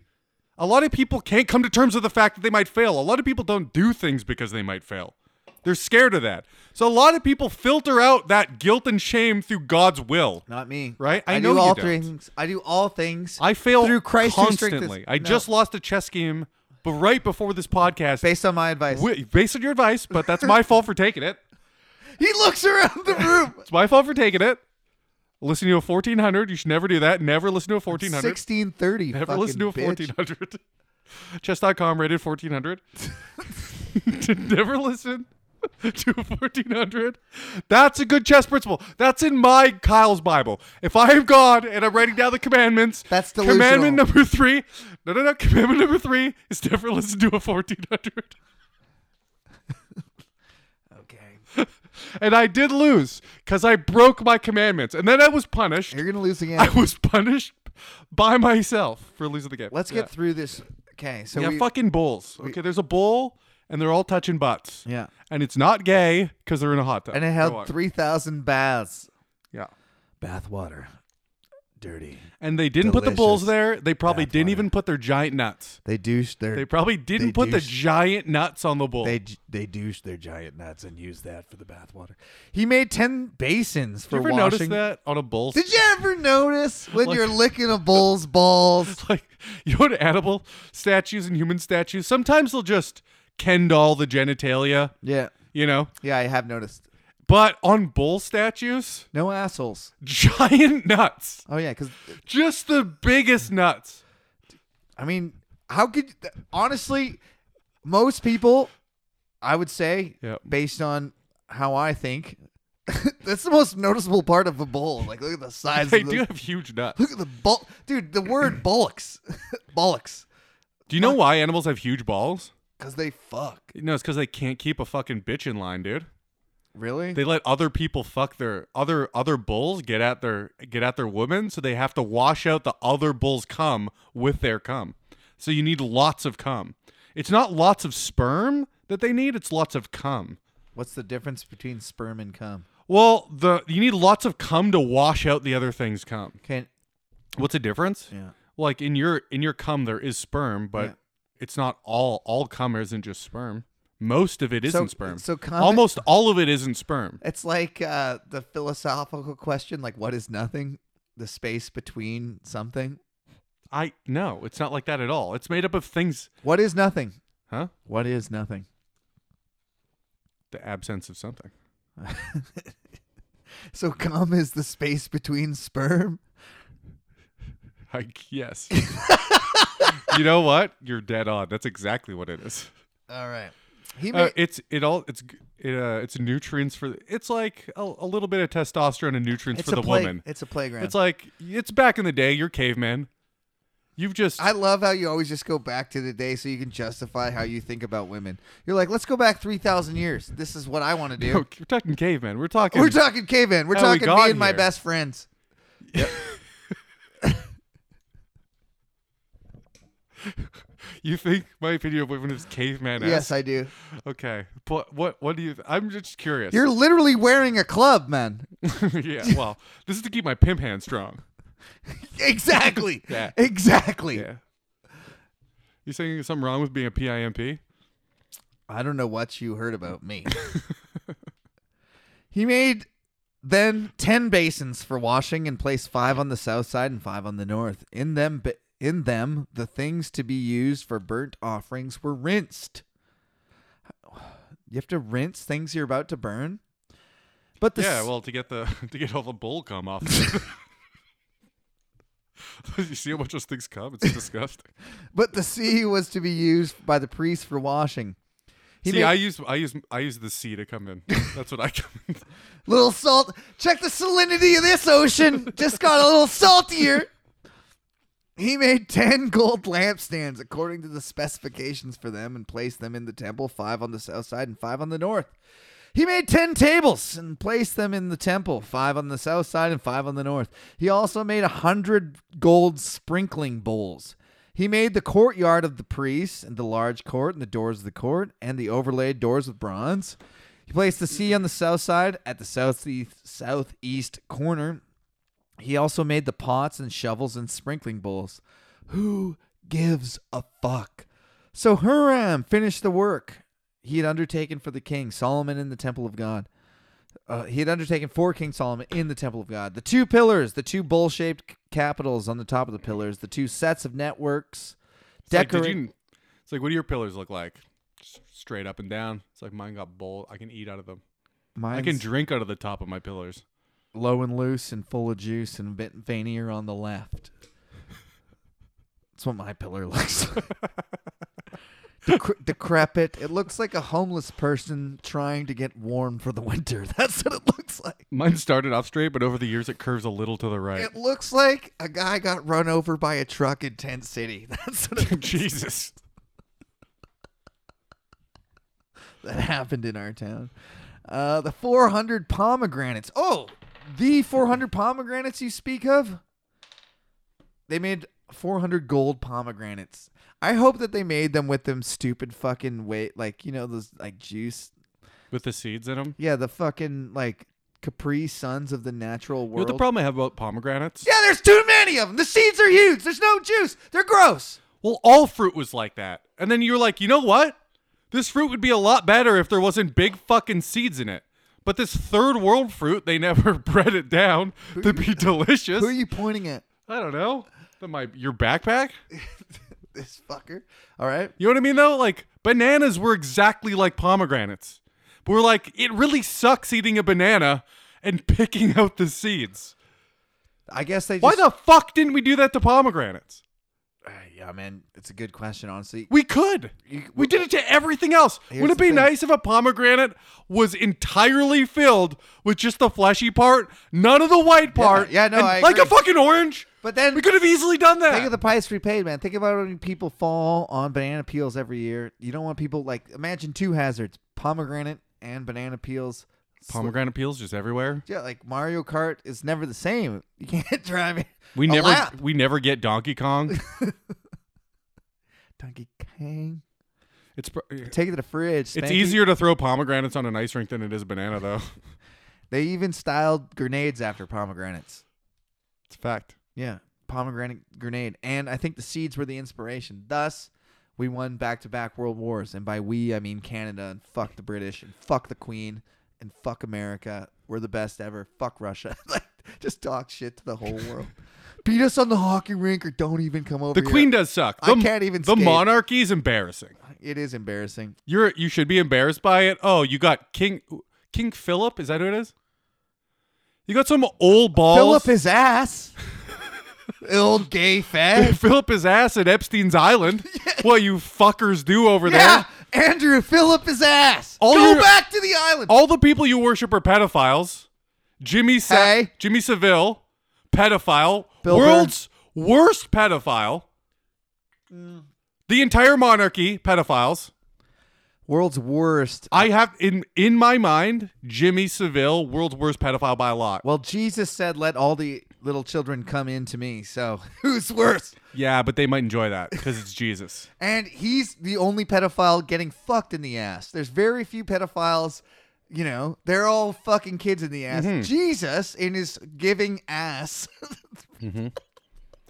A lot of people can't come to terms with the fact that they might fail. A lot of people don't do things because they might fail. They're scared of that. So a lot of people filter out that guilt and shame through God's will. Not me. Right? I I, know do you all don't. things. I do all things. I fail through Christ who strengthens- constantly. I No. just lost a chess game, but right before this podcast, based on my advice. Wi- based on your advice, but that's my fault for taking it. he looks around the [LAUGHS] room. It's my fault for taking it. Listen to a 1400. You should never do that. Never listen to a 1400. Sixteen thirty. never listen to a 1400. Chess.com rated [LAUGHS] 1400. never listen to a 1400. That's a good chess principle. That's in my Kyle's Bible. If I am God and I'm writing down the commandments, That's Commandment delusional. number three. No, no, no. Commandment number three is never listen to a 1400. Okay. And I did lose because I broke my commandments. And then I was punished. You're gonna lose again. I was punished by myself for losing the game. [LAUGHS] Let's get through this. Okay, so Yeah, we, fucking bulls. Okay, there's a bull and they're all touching butts. yeah, And it's not gay because they're in a hot tub. and it Go on. held three thousand baths. Yeah. Bath water, dirty. And they didn't put the bulls there. They probably Bath didn't water. even put their giant nuts. They douche their They they, probably didn't They put the douche- giant nuts on the bull. they j- they douche their giant nuts and use that for the bath water. He made ten basins Did for you ever notice washing. that on a bull? Did you ever notice when Like- you're licking a bull's balls? [LAUGHS] like you know, what animal statues and human statues. Sometimes they'll just kendall the genitalia. Yeah, You know, yeah, I have noticed. But on bull statues, [LAUGHS] No assholes. giant nuts. Oh yeah, because Just the biggest nuts. I mean, how could honestly most people I would say Yeah. based on how I think. [LAUGHS] That's the most noticeable part of a bowl. Like, look at the size. They of the, do have huge nuts. Look at the ball, dude. The [CLEARS THROAT] word bollocks, [LAUGHS] bollocks, Do you know why animals have huge balls? because they fuck. No, it's because they can't keep a fucking bitch in line, dude. Really? They let other people fuck their other other bulls get at their get at their women, so they have to wash out the other bulls' cum with their cum. So you need lots of cum. It's not lots of sperm that they need; it's lots of cum. What's the difference between sperm and cum? Well, the you need lots of cum to wash out the other thing's cum. Can What's the difference? yeah. Like in your in your cum there is sperm, but Yeah. it's not all all cum isn't just sperm. Most of it So- isn't sperm. so cum- almost all of it isn't sperm. It's like uh, the philosophical question, like what is nothing? The space between something. I no, it's not like that at all. It's made up of things, What is nothing? huh? What is nothing? The absence of something. [LAUGHS] So cum is the space between sperm. I yes. [LAUGHS] you know what? You're dead on. That's exactly what it is. All right. He Uh, may- it's it all it's g- it, uh, it's nutrients for it's like a, a little bit of testosterone and nutrients it's for a the play- woman. It's a playground. It's like it's back in the day. You're caveman. You've just I love how you always just go back to the day so you can justify how you think about women. You're like, let's go back three thousand years. This is what I want to do. [LAUGHS] No, we're talking caveman. We're talking. We're talking cave-in. We're How we talking me got and my here. best friends. you think my opinion of women is caveman? Yes, I do. okay. But what what do you? I'm just curious. You're literally wearing a club, man. [LAUGHS] [LAUGHS] yeah. Well, this is to keep my pimp hand strong. Exactly. [LAUGHS] Yeah. Exactly. Yeah. You saying there's something wrong with being a pimp? I don't know what you heard about [LAUGHS] me. he made then 10 basins for washing and placed 5 on the south side and 5 on the north. In them ba- in them the things to be used for burnt offerings were rinsed. [SIGHS] You have to rinse things you're about to burn. But the Yeah. s- Well, to get the [LAUGHS] to get all the bull [LAUGHS] cum off. [LAUGHS] you see how much those things come? It's disgusting. but the sea was to be used by the priest for washing. He see, made- I use I use I use the sea [LAUGHS] to come in. That's what I come in. Little salt. Check the salinity of this ocean. Just got a little saltier. He made [LAUGHS] 10 gold lampstands according to the specifications for them and placed them in the temple, five on the south side and five on the north. He made 10 tables and placed them in the temple, five on the south side and five on the north. He also made a 100 gold sprinkling bowls. He made the courtyard of the priests and the large court and the doors of the court and the overlaid doors with bronze. He placed the sea on the south side at the southeast southeast corner. He also made the pots and shovels and sprinkling bowls. Who gives a fuck? So Huram finished the work he had undertaken for the king Solomon in the temple of God. Uh, he had undertaken for King Solomon in the temple of God. The two pillars, the two bowl shaped c- capitals on the top of the pillars, the two sets of networks, Like, did decorate. you- it's like what do your pillars look like? Just straight up and down. It's like mine got bold. I can eat out of them. I can Mine's drink out of the top of my pillars. low and loose and full of juice and a bit veinier on the left. That's what my pillar [LAUGHS] looks like. Decre- decrepit. It looks like a homeless person trying to get warm for the winter. [LAUGHS] That's what it looks like. Mine started off straight, but over the years it curves a little to the right. It looks like a guy got run over by a truck in Tent City. [LAUGHS] That's what it, Jesus. that happened in our town. Uh, the 400 pomegranates. Oh, the 400 pomegranates you speak of? They made 400 gold pomegranates. I hope that they made them with them stupid fucking weight, like, you know, those like juice. With the seeds in them. Yeah, the fucking like Capri Sons of the natural You know world. what the problem I have about pomegranates? yeah, there's too many of them. The seeds are huge. There's no juice. They're gross. Well, all fruit was like that. And then you were like, you know what? This fruit would be a lot better if there wasn't big fucking seeds in it. But this third world fruit, they never [LAUGHS] bred it down to be delicious. Who are you pointing at? [LAUGHS] I don't know. The- My your backpack? This fucker. All right. You know what I mean though? Like bananas were exactly like pomegranates. But we're like, it really sucks eating a banana and [LAUGHS] picking out the seeds. I guess they just. Why the fuck didn't we do that to pomegranates? Uh, yeah, man, it's a good question, honestly. We could. We did it to everything else. Here's Wouldn't it the thing. be nice if a pomegranate was entirely filled with just the fleshy part, none of the white part? yeah, no, and I like a agree. fucking orange. But then we could have easily done that. Think of the price we paid, man. Think about how many people fall on banana peels every year. You don't want people like imagine two hazards: pomegranate and banana peels. pomegranate peels just everywhere. Yeah, like Mario Kart is never the same. [LAUGHS] You can't drive it. We a never lap. we never get [LAUGHS] Donkey Kong. Donkey Kong. It's pr- it's Take it to the fridge. spank it. easier to throw pomegranates on an ice rink than it is a banana though. They even styled grenades after pomegranates. It's a fact. Yeah, pomegranate grenade, and I think the seeds were the inspiration. Thus, we won back-to-back world wars, and by we I mean Canada and fuck the British and fuck the Queen and fuck America. We're the best ever. Fuck Russia. [LAUGHS] like, just talk shit to the whole [LAUGHS] world. Beat us on the hockey rink, or don't even come over. The here. queen does suck. I The- can't even The skate. monarchy is embarrassing. [LAUGHS] It is embarrassing. You're you should be embarrassed by it. Oh, you got King King Philip. Is that who it is? You got some old Fill balls. up his [LAUGHS] ass. Old gay fag. Philip his ass at [LAUGHS] Epstein's Island. What you fuckers do over Yeah, there? Andrew, fill up his ass. All Go your- back to the island. All the people you worship are pedophiles. Jimmy Sa- Hey. Jimmy Seville, pedophile. Bill world's worst pedophile. Mm. The entire monarchy, pedophiles. World's worst. I have in in my mind Jimmy Seville, world's worst pedophile by a lot. Well, Jesus said, "Let all the little children come in to me." So [LAUGHS] who's worse? Yeah, but they might enjoy that because it's Jesus. And he's the only pedophile getting fucked in the ass. There's very few pedophiles. You know, they're all fucking kids in the ass. Mm-hmm. Jesus in his giving ass, [LAUGHS]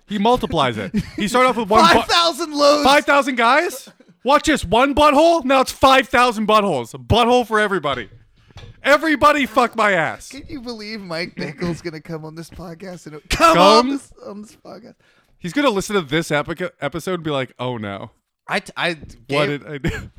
He multiplies it. He started off with [LAUGHS] one five butt, thousand loaves. five thousand guys. Watch this, one butthole. Now it's five thousand buttholes. A butthole for everybody. Everybody, fuck my ass. Can you believe Mike Bickle's gonna come on this podcast and come Come? on this, on this podcast? He's gonna listen to this epica- episode and be like, "Oh no, I, t- I what gave- did [LAUGHS] I do?"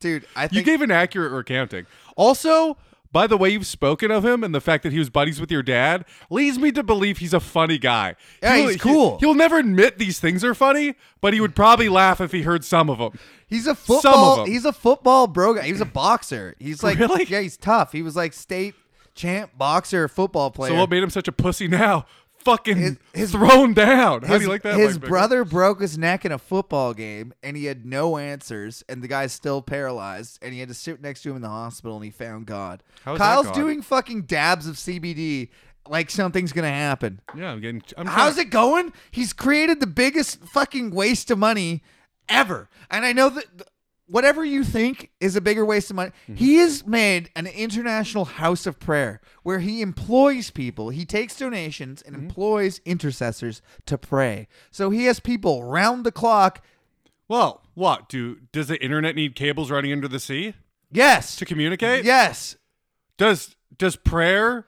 dude? I think You gave an accurate recounting. Also, by the way you've spoken of him and the fact that he was buddies with your dad leads me to believe he's a funny guy. Yeah, He'll- he's cool. He, will never admit these things are funny, but he would probably laugh if he heard some of them. He's a football. them. He's a football bro. Guy. He's a boxer. He's like, Really? yeah, he's tough. He was like state champ boxer, football player. So what made him such a pussy now? Fucking His- his- thrown down. How his, do you like that? His Mike Bickle? brother broke his neck in a football game, and he had no answers, and the guy's still paralyzed, and he had to sit next to him in the hospital, and he found God. How is that Kyle's God? doing fucking dabs of CBD, like something's gonna happen. Yeah, I'm getting. I'm How's trying- it going? He's created the biggest fucking waste of money ever. And I know that th- whatever you think is a bigger waste of money, Mm-hmm. he has made an international house of prayer where he employs people. He takes donations Mm-hmm. and employs intercessors to pray. So he has people round the clock. Well, what do? Does the internet need cables running under the sea Yes. to communicate? Yes. Does does prayer?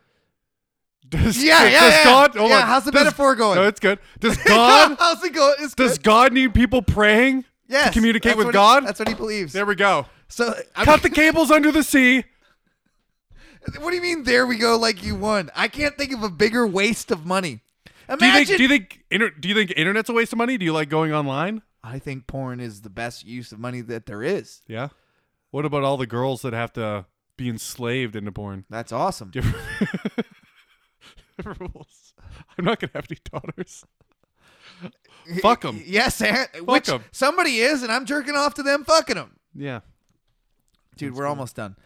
Does Yeah, yeah, does yeah. God? hold Yeah, on. how's the Does- metaphor going? No, it's good. Does God? [LAUGHS] How's it going? It's Does good. God need people praying to Yes. communicate That's with what he- God? that's what he believes. there we go. so I Cut the cables under the sea. What do you mean? There we go. Like you won. I can't think of a bigger waste of money. Do you Imagine. think? Do you think? Inter- do you think internet's a waste of money? Do you like going online? I think porn is the best use of money that there is. Yeah. What about all the girls that have to be enslaved into porn? That's awesome. Different rules. I'm not gonna have any [LAUGHS] daughters. Fuck them. Yes, and, which 'em. somebody is, and I'm jerking off to them, fucking them. Yeah. Dude, we're almost done.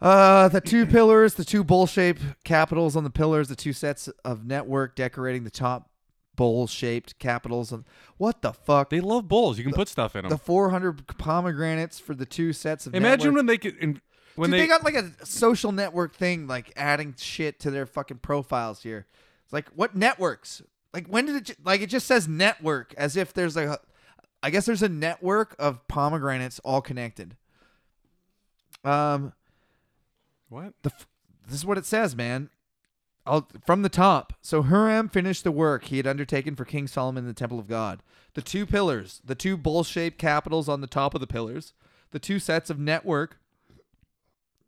Uh, the two pillars, the two bowl shaped capitals on the pillars, the two sets of network decorating the top bowl shaped capitals. On, what the fuck? They love bowls. You can put stuff in them. the 400 pomegranates for the two sets of Imagine network. when they could. In, when Dude, they, they, got like a social network thing, like adding shit to their fucking profiles here. It's like what networks? Like when did it? ju- Like it just says network, as if there's like, a, I guess there's a network of pomegranates all connected. Um, what? the f- this is what it says, man. I'll, from the top. So Huram finished the work he had undertaken for King Solomon in the Temple of God. The two pillars, the two bowl shaped capitals on the top of the pillars, the two sets of network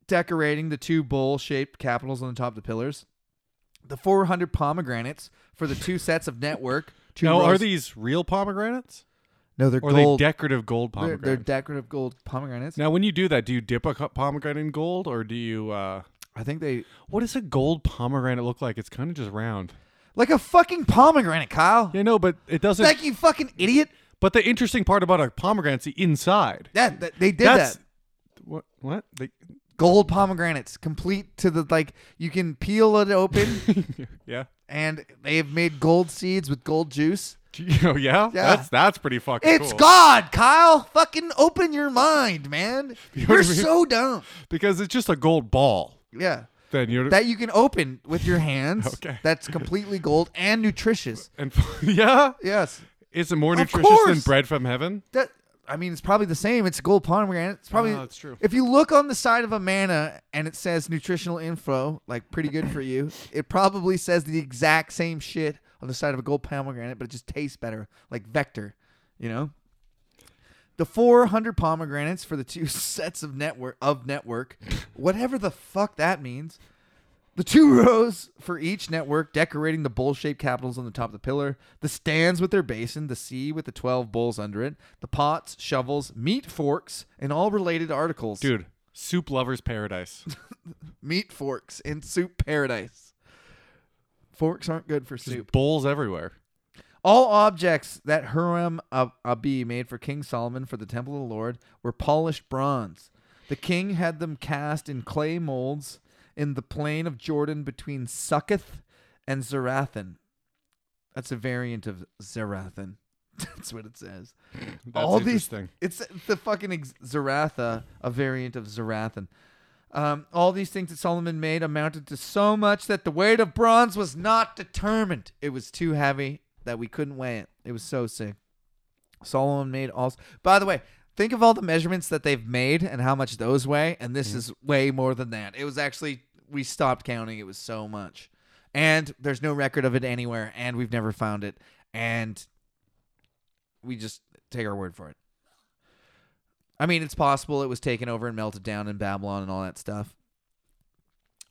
decorating the two bowl shaped [LAUGHS] capitals on the top of the pillars, the 400 pomegranates for the two sets of network Two Now, are rows- these real pomegranates? No, they're Or are gold. they decorative gold they're, pomegranates? they're decorative gold pomegranates. now, when you do that, do you dip a co- pomegranate in gold or do you. Uh, I think they what does a gold pomegranate look like? It's kind of just round. like a fucking pomegranate, Kyle. Yeah, no, but it doesn't. Like you fucking idiot. but the interesting part about a pomegranate's the inside. That, that they did That's. that. What? What? They, Gold pomegranates, complete to the like. You can peel it open, [LAUGHS] yeah. and they've made gold seeds with gold juice. [LAUGHS] Gee, Oh yeah? That's that's pretty fucking It's cool. God, Kyle. Fucking open your mind, man. [LAUGHS] You know You're what I mean? so dumb. because it's just a gold ball. Yeah. Then you're That you can open with your hands. [LAUGHS] Okay. That's completely gold and nutritious. and [LAUGHS] yeah, Yes. is it more Of nutritious than course. bread from heaven? That I mean, it's probably the same. It's gold pomegranate. It's probably Oh, that's true. If you look on the side of a manna and it says nutritional info, like pretty good for you, it probably says the exact same shit on the side of a gold pomegranate, but it just tastes better, like Vector, you know. The 400 pomegranates for the two [LAUGHS] sets of network of network, whatever the fuck that means. The two rows for each network decorating the bowl shaped capitals on the top of the pillar, the stands with their basin, the sea with the 12 bowls under it, the pots, shovels, meat forks, and all related articles. Dude, soup lovers paradise. Meat forks in soup paradise. Forks aren't good for Just soup. bowls everywhere. All objects that Huram Ab- Abi made for King Solomon for the temple of the Lord were polished bronze. The king had them cast in clay molds in the plain of Jordan between Succoth and Zarathan. That's a variant of Zarathan. [LAUGHS] That's what it says. [LAUGHS] That's All these- interesting. It's the fucking ex- Zaratha, a variant of Zarathan. Um, all these things that Solomon made amounted to so much that the weight of bronze was not determined. It was too heavy that we couldn't weigh it. It was so sick. Solomon made also. By the way, think of all the measurements that they've made and how much those weigh, and this is way more than that. It was actually we stopped counting. It was so much, and there's no record of it anywhere, and we've never found it, and we just take our word for it. I mean, it's possible it was taken over and melted down in Babylon and all that stuff.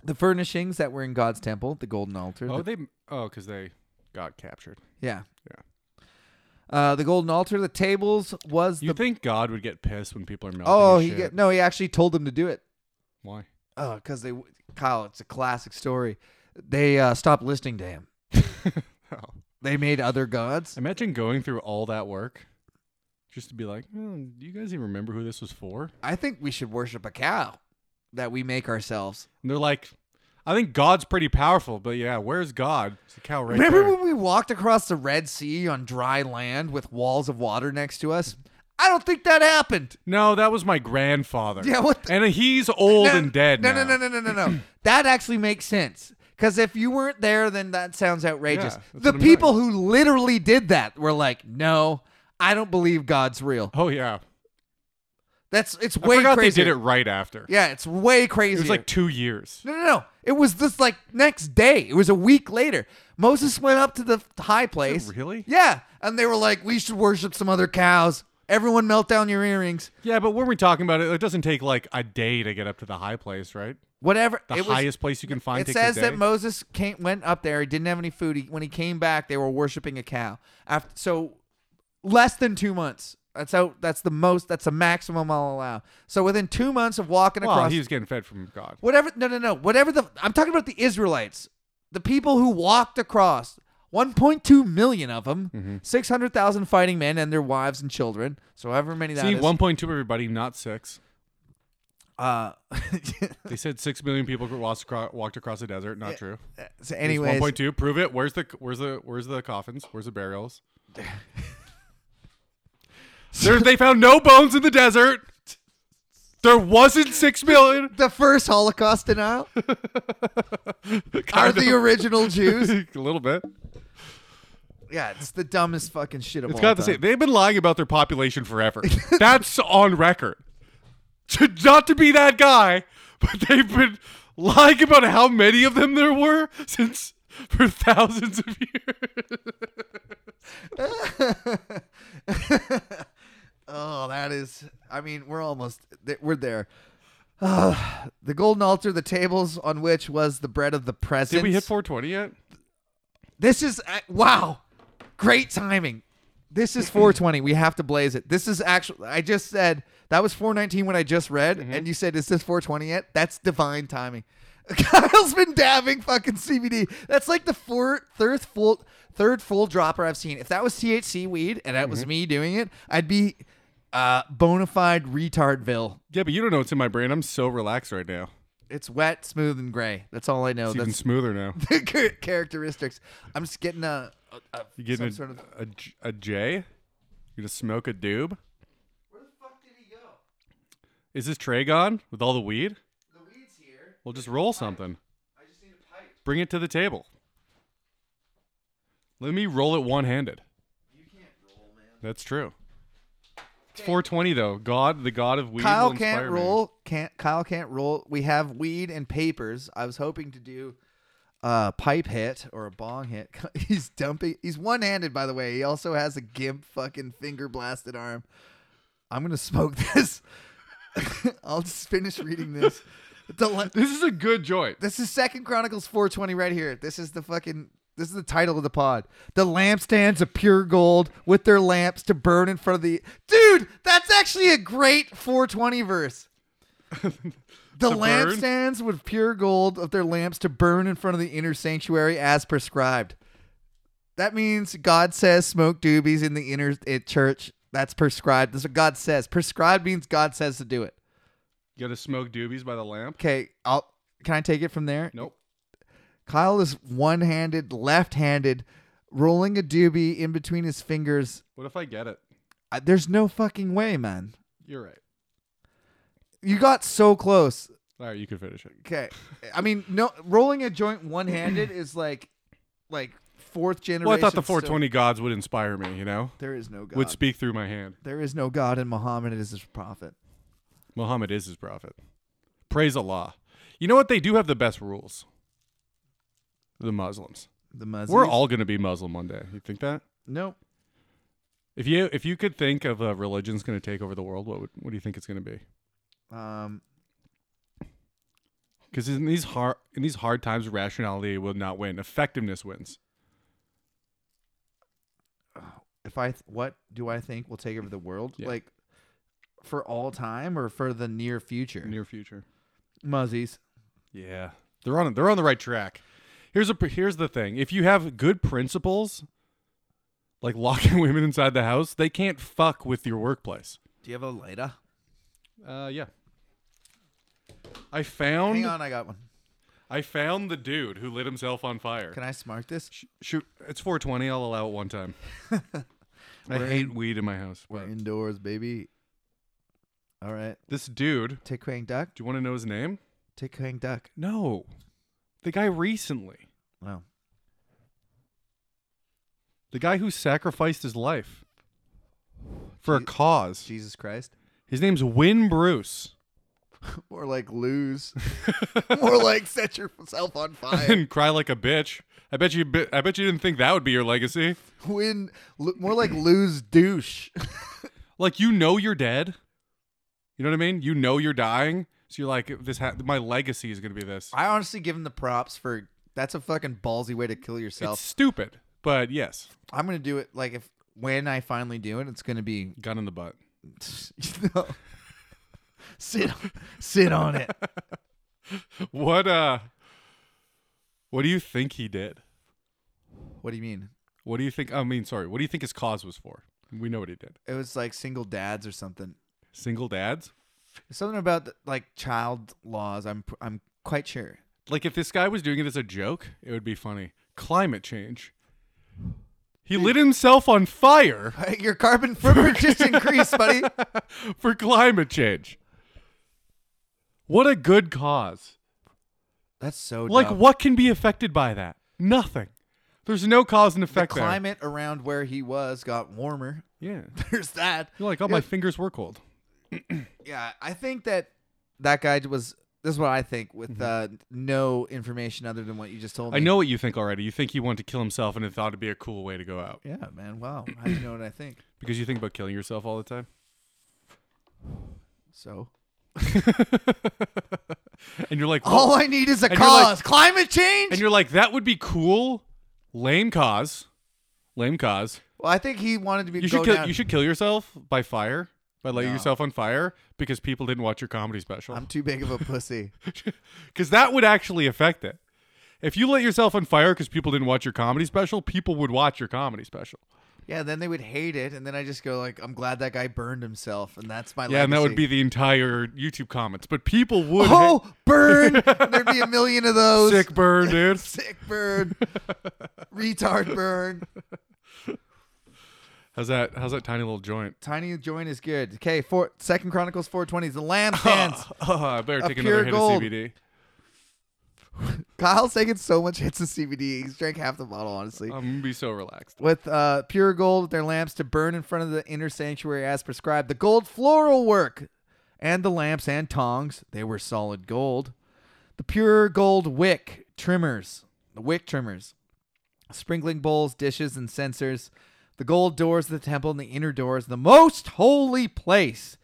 The furnishings that were in God's temple, the golden altar, Oh, the they oh, because they got captured. yeah. Yeah. Uh, the golden altar, the tables was You the. think God would get pissed when people are melting? Oh, his he shit? get, no, he actually told them to do it. [LAUGHS] Why? Oh, because they Kyle, it's a classic story. They uh, stopped listening to him. Oh. They made other gods. [LAUGHS] Imagine going through all that work just to be like, "Hmm, do you guys even remember who this was for? I think we should worship a cow that we make ourselves. And they're like, I think God's pretty powerful, but yeah, where's God? It's a cow right Remember there. when we walked across the Red Sea on dry land with walls of water next to us? I don't think that happened. No, that was my grandfather. Yeah, what the- and he's old No, and dead No, now. no, no, no, no, [CLEARS THROAT] no, no. that actually makes sense. Because if you weren't there, then that sounds outrageous. Yeah, that's the what I'm people who literally did that were like, "No, I don't believe God's real." Oh yeah, That's it's I way forgot crazier. they did it right after. Yeah, it's way it crazy. was like two years. No, no, no. It was this like next day. It was a week later. Moses went up to the high place. really? Yeah. And they were like, we should worship some other cows. Everyone melt down your earrings. Yeah, but when we're talking about it, it doesn't take like a day to get up to the high place, right? Whatever. The it was- highest place you can find. It takes says a day. that Moses came, went up there. He didn't have any food. He, when he came back, they were worshiping a cow. After, so less than two months. That's how. That's the most. That's the maximum I'll allow. So within two months of walking well, across, he was getting fed from God. Whatever. No, no, no. Whatever the. I'm talking about the Israelites, the people who walked across. 1.2 million of them, Mm-hmm. 600,000 fighting men and their wives and children. So however many that See, is. one point two everybody, not six. uh, [LAUGHS] They said six million people crossed acro- walked across the desert. Not true. Uh, so One anyways, point two. Prove it. Where's the where's the where's the coffins? Where's [LAUGHS] the burials? there, they found no bones in the desert. There wasn't six million. [LAUGHS] the first Holocaust [LAUGHS] denial are Kind the [LAUGHS] of. original Jews. a little bit. Yeah, it's the dumbest fucking shit of It's all got the time. same. They've been lying about their [LAUGHS] population forever. That's on record. To, not to be that guy, but they've been lying about how many of them there were since for thousands of years. Oh, that is. I mean, we're almost. th- We're there. [SIGHS] Ah, the golden altar, the tables on which was the bread of the presence. Did we hit 420 yet? This is uh, wow. Great timing. This is 420. We have to blaze it. This is actually. I just said that was 419 when I just read, and you said, "Is this 420 yet?" That's divine timing. [LAUGHS] Kyle's been dabbing fucking CBD. That's like the four, third full third full dropper I've seen. If that was THC weed and that was me doing it, I'd be uh, bona fide retardville. Yeah, but you don't know what's in my brain. I'm so relaxed right now. It's wet, smooth, and gray. That's all I know. It's even That's [LAUGHS] smoother now. the char- characteristics. I'm just getting uh, a, a, a You getting some a, sort of. a j- a J? You gonna smoke a doob? Where the fuck did he go? Is this tray gone with all the weed? The weed's here. Well, just roll something. I just need a pipe. Bring it to the table. Let me roll it one-handed. You can't roll, man. That's true. It's 420 though. God, the God of weed. Kyle will inspire can't me. roll. Can't Kyle can't roll. We have weed and papers. I was hoping to do a pipe hit or a bong hit. [LAUGHS] He's dumping. He's one-handed, by the way. He also has a gimp fucking finger blasted arm. I'm gonna smoke [LAUGHS] this. I'll just finish reading this. Don't let This is a good joint. This is Second Chronicles 420 right here. This is the fucking this is the title of the pod. The lampstands of pure gold with their lamps to burn in front of the Dude, that's actually a great 420 [LAUGHS] verse. The To burn? lampstands with pure gold of their lamps to burn in front of the inner sanctuary as prescribed. That means God says smoke doobies in the inner eh, church. That's prescribed. That's what God says. Prescribed means God says to do it. You gotta smoke doobies by the lamp. Okay, I'll can I take it from there? Nope. Kyle is one handed, left handed, rolling a doobie in between his fingers. What if I get it? I, there's no fucking way, man. You're right. You got so close. All right, you can finish it. Okay. I mean, no, rolling a joint one handed is like, like fourth generation. Well, I thought the stuff. 420 gods would inspire me. You know, There is no God. would speak through my hand. there is no God, and Muhammad is his prophet. Muhammad is his prophet. Praise Allah. You know what? They do have the best rules. The Muslims. The Muslims. We're all going to be Muslim one day. You think that? Nope. If you if you could think of a religion's going to take over the world, what would, what do you think it's going to be? Um, Because in these hard in these hard times, rationality will not win. Effectiveness wins. if I, th- what do I think will take over the world? Yeah. Like, for all time or for the near future? Near future. Muzzies. Yeah, they're on they're on the right track. Here's a pr- here's the thing: if you have good principles, like locking [LAUGHS] women inside the house, they can't fuck with your workplace. Do you have a lighter? Uh, yeah. I found Hang on, I got one. I found the dude who lit himself on fire. Can I smart this? Sh- Shoot, it's 420. I'll allow it [LAUGHS] one time. I We're hate weed in my house. We're but indoors, baby. All right. This dude. Tick quang duck. Do you want to know his name? Tick quang duck. No, the guy recently. Wow. The guy who sacrificed his life for a Je- cause. Jesus Christ. [LAUGHS] His name's Win Bruce. More like lose. [LAUGHS] More like set yourself on [LAUGHS] fire. and cry like a bitch. I bet you. bi- I bet you didn't think that would be your legacy. Win. L- more like lose douche. [LAUGHS] Like you know you're dead. You know what I mean? You know you're dying. So you're like, this. Ha- my legacy is gonna be this. I honestly give him the props for that's a fucking ballsy way to kill It's yourself. stupid, but yes, I'm gonna do it like if when I finally do it, it's gonna be [LAUGHS] gun in the butt. [LAUGHS] no. sit sit on it. What uh? What do you think he did? [LAUGHS] What do you mean? What do you think? I mean, sorry. What do you think his cause was for? We know what he did. It was like single dads or something. Single dads. Something about the, like child laws. I'm pr- I'm quite sure. [LAUGHS] Like if this guy was doing it as a joke, it would be funny. Climate change. He lit himself on fire [LAUGHS] Your carbon footprint just increased, buddy. for climate change. What a good cause. That's so Like dumb. what can be affected by that? Nothing. There's no cause and the effect there. climate around where he was got warmer. [LAUGHS] Yeah. There's that. You're like, oh, my fingers were cold. Yeah, I think that that guy was. This is what I think with uh, no information other than what you just told me. Mm-hmm. I know what you think already. You think he wanted to kill himself and it thought it'd be a cool way to go out Yeah, man. Wow. How do you know what I think? because you think about killing yourself all the time. [LAUGHS] [COUGHS] So and you're like, all I need is a And you're like- cause. climate change. and you're like, that would be cool. Lame cause. Lame cause. Well, I think he wanted to be. You go should kill, down. you should kill yourself by fire by lighting No. yourself on fire because people didn't watch your comedy special. I'm [LAUGHS] too big of a pussy. Because that would actually affect it. If you let yourself on fire because people didn't watch your comedy special, people would watch your comedy special. Yeah, then they would hate it, and then I just go like, "I'm glad that guy burned himself," and that's my Yeah, and that would legacy. be the entire YouTube comments. But people would oh [LAUGHS] burn. There'd be a million of those. sick burn, [LAUGHS] dude. sick burn, retard burn. How's that? How's that tiny little joint? [LAUGHS] Tiny joint is good. Okay, four, Second Chronicles four twenty. The [LAUGHS] lampstands. Oh, I better take pure another hit gold. of CBD. Kyle's taking so much hits of CBD. He's drank half the bottle, honestly. I'm gonna be so relaxed. with uh, pure gold, their lamps to burn in front of the inner sanctuary as prescribed. The gold floral work and the lamps and tongs, they were solid gold. The pure gold wick trimmers, the wick trimmers, sprinkling bowls, dishes, and censers. The gold doors of the temple and the inner doors, the most holy place,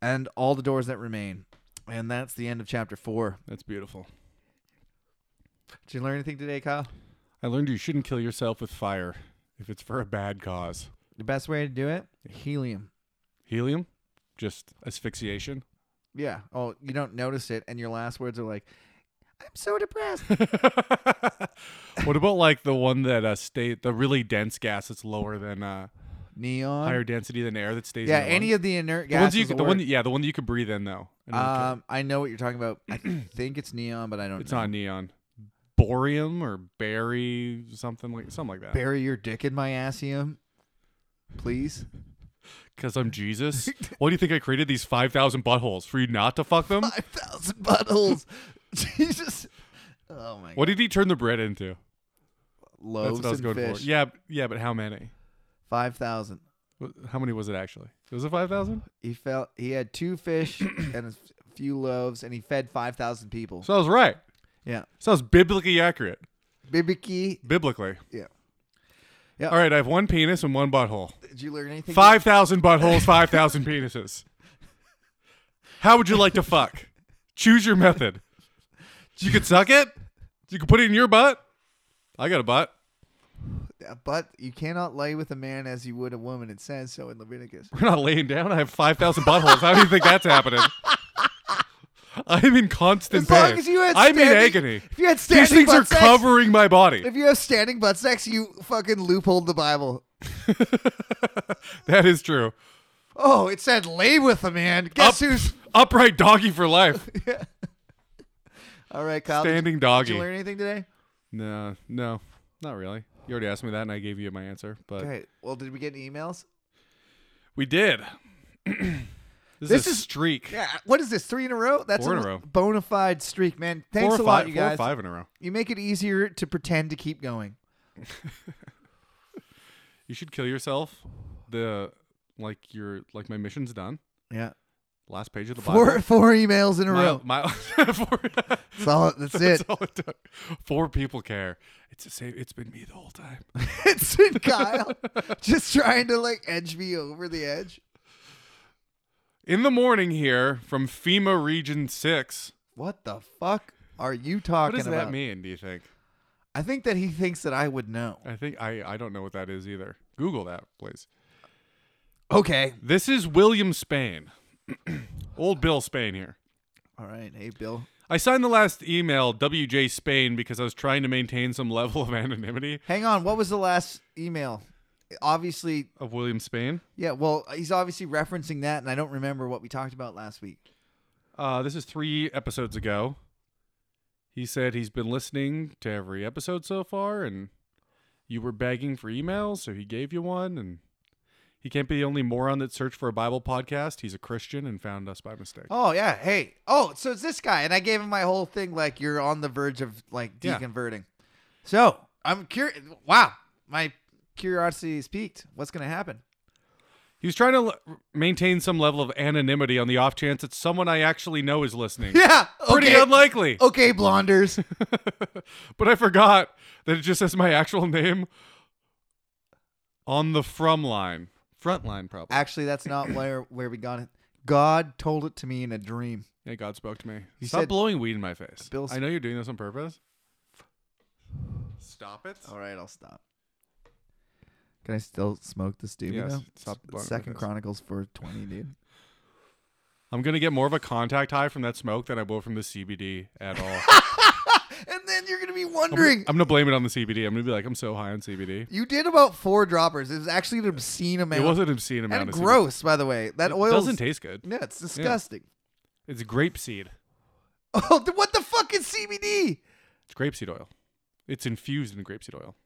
and all the doors that remain. And that's the end of chapter four. That's beautiful. Did you learn anything today, Kyle? I learned you shouldn't kill yourself with fire if it's for a bad cause. The best way to do it? Helium. Helium, just asphyxiation. Yeah. Oh, you don't notice it, and your last words are like, "I'm so [LAUGHS] depressed." what about like the one that uh, stay the really dense gas that's lower than uh, Neon. higher density than air that Um, stays? yeah. in the Any lungs? of the inert the ones gases. you will could- the one work. yeah the one that you could breathe in though. and not kill- um, I know what you're talking about. [CLEARS THROAT] I think it's neon, but I don't. it's know. not neon, borium or berry something like something like that. Bury your dick in my assium, please. Because [LAUGHS] I'm Jesus. Why do you think I created these five thousand buttholes for you not to fuck [LAUGHS] them? Five thousand buttholes. [LAUGHS] Jesus. Oh my. What did he turn the bread into? God. Loaves That's what I was and going fish. for. Yeah, b- yeah, but how many? Five thousand. Wh- How many was it actually? Was it five thousand? He felt he had two fish [CLEARS THROAT] and a few loaves, and he fed five thousand people. So I was right. yeah. So I was biblically accurate. Bibiki. Biblically. Yeah. All right, I have one penis and one butthole. Did you learn anything? Five thousand buttholes, five thousand penises. How would you like to fuck? Choose your method. You could suck it. You could put it in your butt. I got a butt. But you cannot lay with a man as you would a woman. It says so in Leviticus. We're not laying down. I have five thousand buttholes. How do you think that's happening? I'm in constant As pain. long as you had I'm in standing- agony. if you had These standing things butt are sex- covering my body. If you have standing butt sex, you fucking loopholed the Bible. that is true. Oh, it said lay with a man. Guess Up- who's? Upright doggy [LAUGHS] for life. All right, Kyle. did you- Standing Did you doggy. learn anything today? No, no, not really. You already asked me that, and I gave you my answer. But Okay. Well, did we get any emails? we did. [CLEARS THROAT] this, This is a is- streak. Yeah. What is this? Three in a row? That's Four a in a row. bona fide streak, man. Four Thanks or a lot, five, you four or guys. five in a row. You make it easier to pretend to keep going. You should kill yourself. The like your like my mission's done. Yeah. Last page of the Four Bible. four emails in a My- row. my- [LAUGHS] four- That's all. [LAUGHS] That's it. That's all it took. Four people care. It's the same. It's been me the whole time. [LAUGHS] it's in Kyle just trying to like edge me over the edge. In the morning here from FEMA Region Six. What the fuck are you talking What does about? that mean? Do you think? I think that he thinks that I would know. I think I I don't know what that is either. Google that, please. Okay. This is William Spain. [CLEARS THROAT] Old Bill Spain here. All right. Hey, Bill. I signed the last email WJ Spain because I was trying to maintain some [LAUGHS] level of anonymity Hang on. What was the last email? Obviously, of William Spain. yeah. Well, he's obviously referencing that, and I don't remember what we talked about last week. Uh, this is three episodes ago. He said he's been listening to every episode so far, and you were begging for emails, so he gave you one. And he can't be the only moron that searched for a Bible podcast. He's a Christian and found us by mistake. Oh yeah. Hey. Oh, so it's this guy, and I gave him my whole thing. Like you're on the verge of like Yeah. deconverting. So I'm curious. Wow, my curiosity is piqued. What's gonna happen? [LAUGHS] He was trying to l- maintain some level of anonymity on the off chance that someone I actually know is listening. Yeah. Pretty okay. Oh. unlikely. Okay, blonders. [LAUGHS] [LAUGHS] but I forgot that it just says my actual name on the from line. Front line, probably. Actually, that's not where where we got it. God told it to me in a dream. Yeah, God spoke to me. He Stop said- blowing weed in my face. Bill I know you're doing this on purpose. Stop it. All right, I'll stop. Can I still smoke this doobie Yes, though? stop the blunt with Second this. Chronicles for twenty, [LAUGHS] dude. I'm gonna get more of a contact high from that smoke than I will from the CBD at [LAUGHS] all. And then you're gonna be I'm, wondering. I'm gonna blame it on the CBD. I'm gonna be like, I'm so high on CBD. you did about four droppers. It was actually an obscene amount. It was an obscene amount and of CBD. gross, by the way. That It oil doesn't taste good. Yeah, it's disgusting. [LAUGHS] It's grape seed. Oh, th- what the fuck is CBD? It's grapeseed oil. It's infused in grapeseed oil.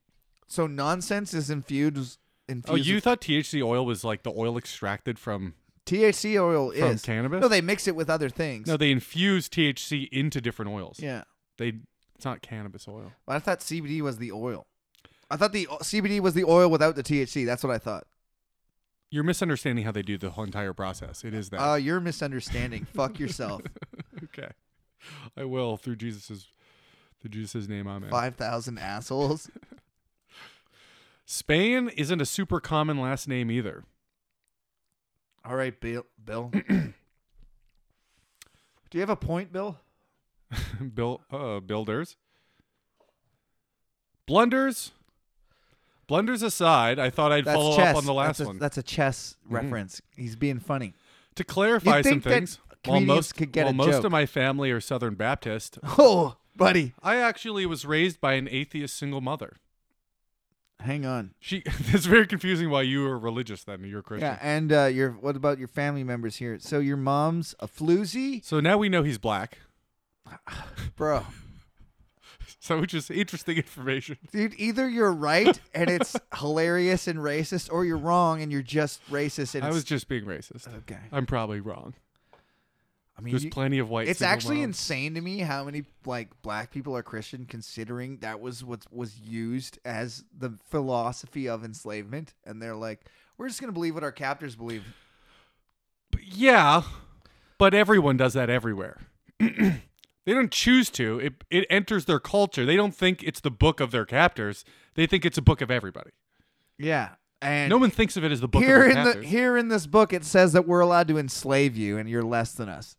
So nonsense is infused. infused Oh, you with- thought THC oil was like the oil extracted from? THC oil From is cannabis? No, they mix it with other things. No, they infuse THC into different oils. yeah, They. It's not cannabis oil. Well, I thought CBD was the oil. I thought the uh, o- CBD was the oil without the THC. That's what I thought. You're misunderstanding how they do the whole entire process. It is that. Uh, you're misunderstanding. Fuck [LAUGHS] yourself. okay. I will through Jesus's through Jesus's name. Amen. Five thousand assholes. Spain isn't a super common last name either. [LAUGHS] All right, Bill. [CLEARS THROAT] Bill. Do you have a point, Bill? Bill uh, builders. Blunders. Blunders aside, I thought I'd That's follow chess. up on the last that's a, one. Mm-hmm. That's a chess reference. He's being funny. to clarify You'd some think that things, while comedians most could get while a most joke. of my family are Southern Baptist, [LAUGHS] Oh, buddy. I actually was raised by an atheist single mother. Hang on. She [LAUGHS] it's very confusing why you were religious then, you're a Christian. Yeah, and uh, your what about your family members here? So your mom's a floozy, So now we know he's black. [LAUGHS] bro. So which is interesting [LAUGHS] information. Dude, either you're right and [LAUGHS] it's hilarious and racist, or you're wrong and you're just racist. And I it's, was just being racist. okay. I'm probably wrong. I mean, There's you- plenty of white it's single actually moms. insane to me how many like black people are Christian, considering that was what was used as the philosophy of enslavement, and they're like, we're just gonna believe what our captors believe. Yeah, but everyone does that everywhere. [CLEARS THROAT] they don't choose to. It it enters their culture. They don't think it's the book of their captors. They think it's a book of everybody. Yeah, and No one thinks of it as the book here of in their the captors. here in this book it says that we're allowed to enslave you, and you're less than us.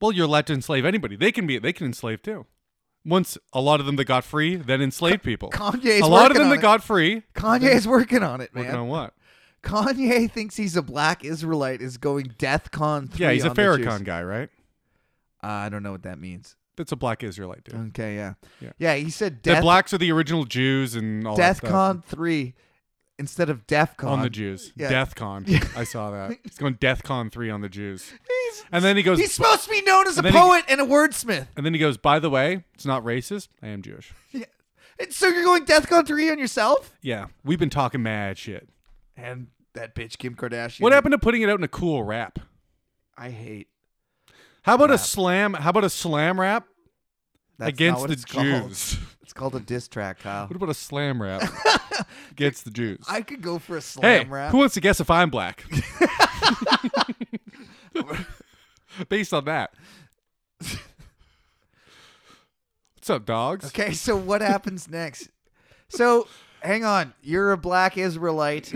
well, you're allowed to enslave anybody. They can be. They can enslave too. Once a lot of them that got free, then enslaved people. Kanye's a lot working of them on that it. got free. Kanye's working on it, Working man. on what? Kanye [LAUGHS] thinks he's a black Israelite. Is going Death Con three. Yeah, he's a on the Jews. Farrakhan guy, right? I don't know what that means. That's a black Israelite dude. Okay, yeah, yeah. Yeah. he said The Uh, Death blacks are the original Jews and all that Death stuff. Con three instead of Def Con. on the Jews. Yeah. Death Con. I [LAUGHS] saw that. He's going Death Con three on the Jews. He's, And then he goes. he's supposed to be known as a And then he- poet and a wordsmith. [LAUGHS] and then he goes. By the way, it's not racist. I am Jewish. Yeah. And so you're going Death Con three on yourself? Yeah, we've been talking mad shit. And that bitch Kim Kardashian. What happened to putting it out in a cool rap? I hate. How about a slam? How about a slam rap That's not against what the it's called. Jews? [LAUGHS] It's called a diss track, Kyle. What about a [LAUGHS] slam rap against the Jews? I could go for a slam hey, rap. who wants to guess if [LAUGHS] I'm black? [LAUGHS] Based on that. What's up, dogs? [LAUGHS] Okay, so what happens next? So, hang on. You're a black [CLEARS THROAT] Israelite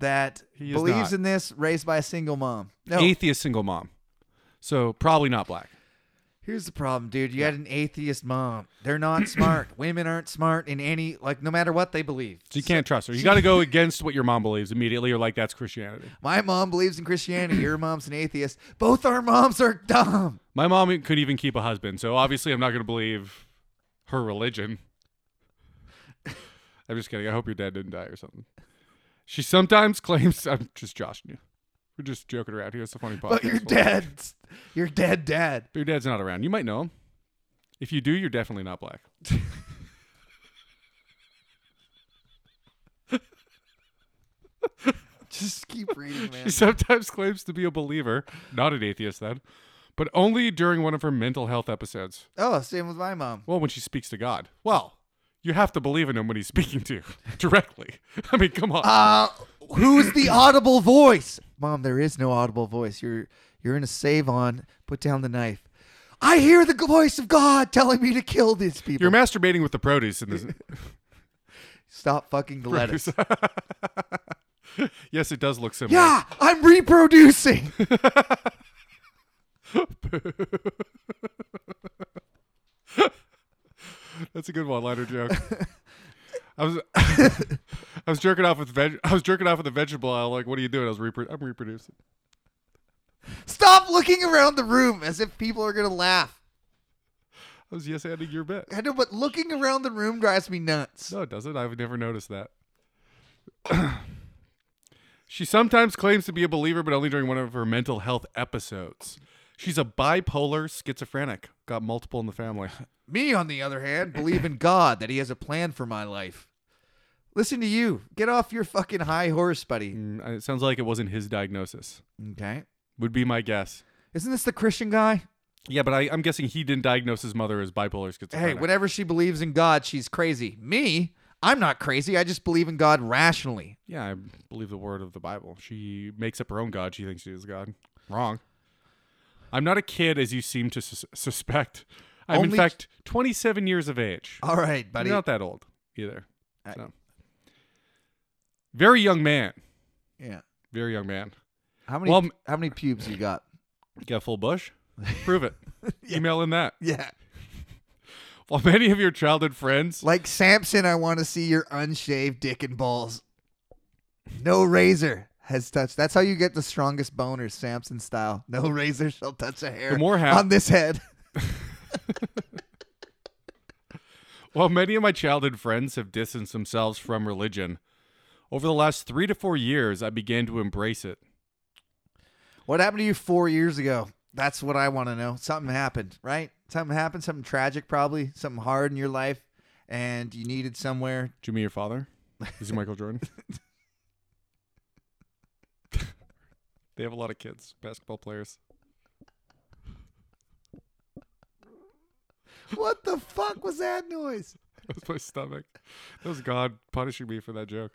that He is believes not. in this, raised by a single mom. No, Atheist single mom. So probably not black. here's the problem, dude. You had an atheist mom. They're [CLEARS THROAT] not smart. Women aren't smart in any like, no matter what they believe. So you can't trust her. You got to go against what your mom believes immediately. You're like, that's Christianity. My mom believes in Christianity. Your mom's an atheist. Both our moms are dumb. My mom could even keep a husband, so obviously I'm not going to believe her religion. [LAUGHS] I'm just kidding. I hope your dad didn't die or something. She sometimes claims I'm just joshing you. We're just joking around here. It's a funny podcast. But your dad's your dead dad. But your dad's not around. You might know him. If you do, you're definitely not black. Just keep reading, man. [LAUGHS] She sometimes claims to be a believer, not an atheist then, but only during one of her mental health episodes. Oh, same with my mom. Well, when she speaks to God. Well, you have to believe in him when he's [LAUGHS] speaking to you directly. I mean, come on. Uh, who's [CLEARS THROAT] the audible voice? Mom, there is no audible voice. You're you're in a save on. Put down the knife. I hear the voice of God telling me to kill these people. You're masturbating with the produce in this. Stop fucking the lettuce. [LAUGHS] yes, it does look similar. Yeah, I'm reproducing. [LAUGHS] That's a good one-liner joke. [LAUGHS] I was I was jerking off with veg. I was jerking off with a vegetable. aisle. like, what are you doing? I was repro- I'm reproducing. Stop looking around the room as if people are gonna laugh. I was yes ending your bet. I know, but looking around the room drives me nuts. No, it doesn't. I've never noticed that. [COUGHS] she sometimes claims to be a believer, but only during one of her mental health episodes. She's a bipolar schizophrenic. Got multiple in the family. Me, on the other hand, believe in God that He has a plan for my life. Listen to you. Get off your fucking high horse, buddy. Mm, It sounds like it wasn't his diagnosis. Okay. Would be my guess. Isn't this the Christian guy? Yeah, but I, I'm guessing he didn't diagnose his mother as bipolar Hey, schizophrenic. whenever she believes in God, she's crazy. Me, I'm not crazy. I just believe in God rationally. yeah, I believe the word of the Bible. She makes up her own God. She thinks she is God. Wrong. I'm not a kid, as you seem to sus- suspect. I'm in Only- fact 27 years of age. All right, buddy. Not that old either. I- So. Very young man. yeah. Very young man. How many? Well, how many pubes you got? You got a full bush? Prove it. Email in that. [LAUGHS] Yeah. While many of your childhood friends, Like Samson, I want to see your unshaved dick and balls. No razor has touched. That's how you get the strongest boners, Samson style. No [LAUGHS] razor shall touch a hair The more hap- on this head. while many of my childhood friends have distanced themselves from religion, over the last three to four years, I began to embrace it. What happened to you four years ago? That's what I want to know. Something happened, right? Something happened, something tragic, probably, something hard in your life, and you needed somewhere. Jimmy, your father? Is he Michael [LAUGHS] Jordan? they have a lot of kids, basketball players. [LAUGHS] What the fuck was that noise? That was my stomach. That was God punishing me for that joke.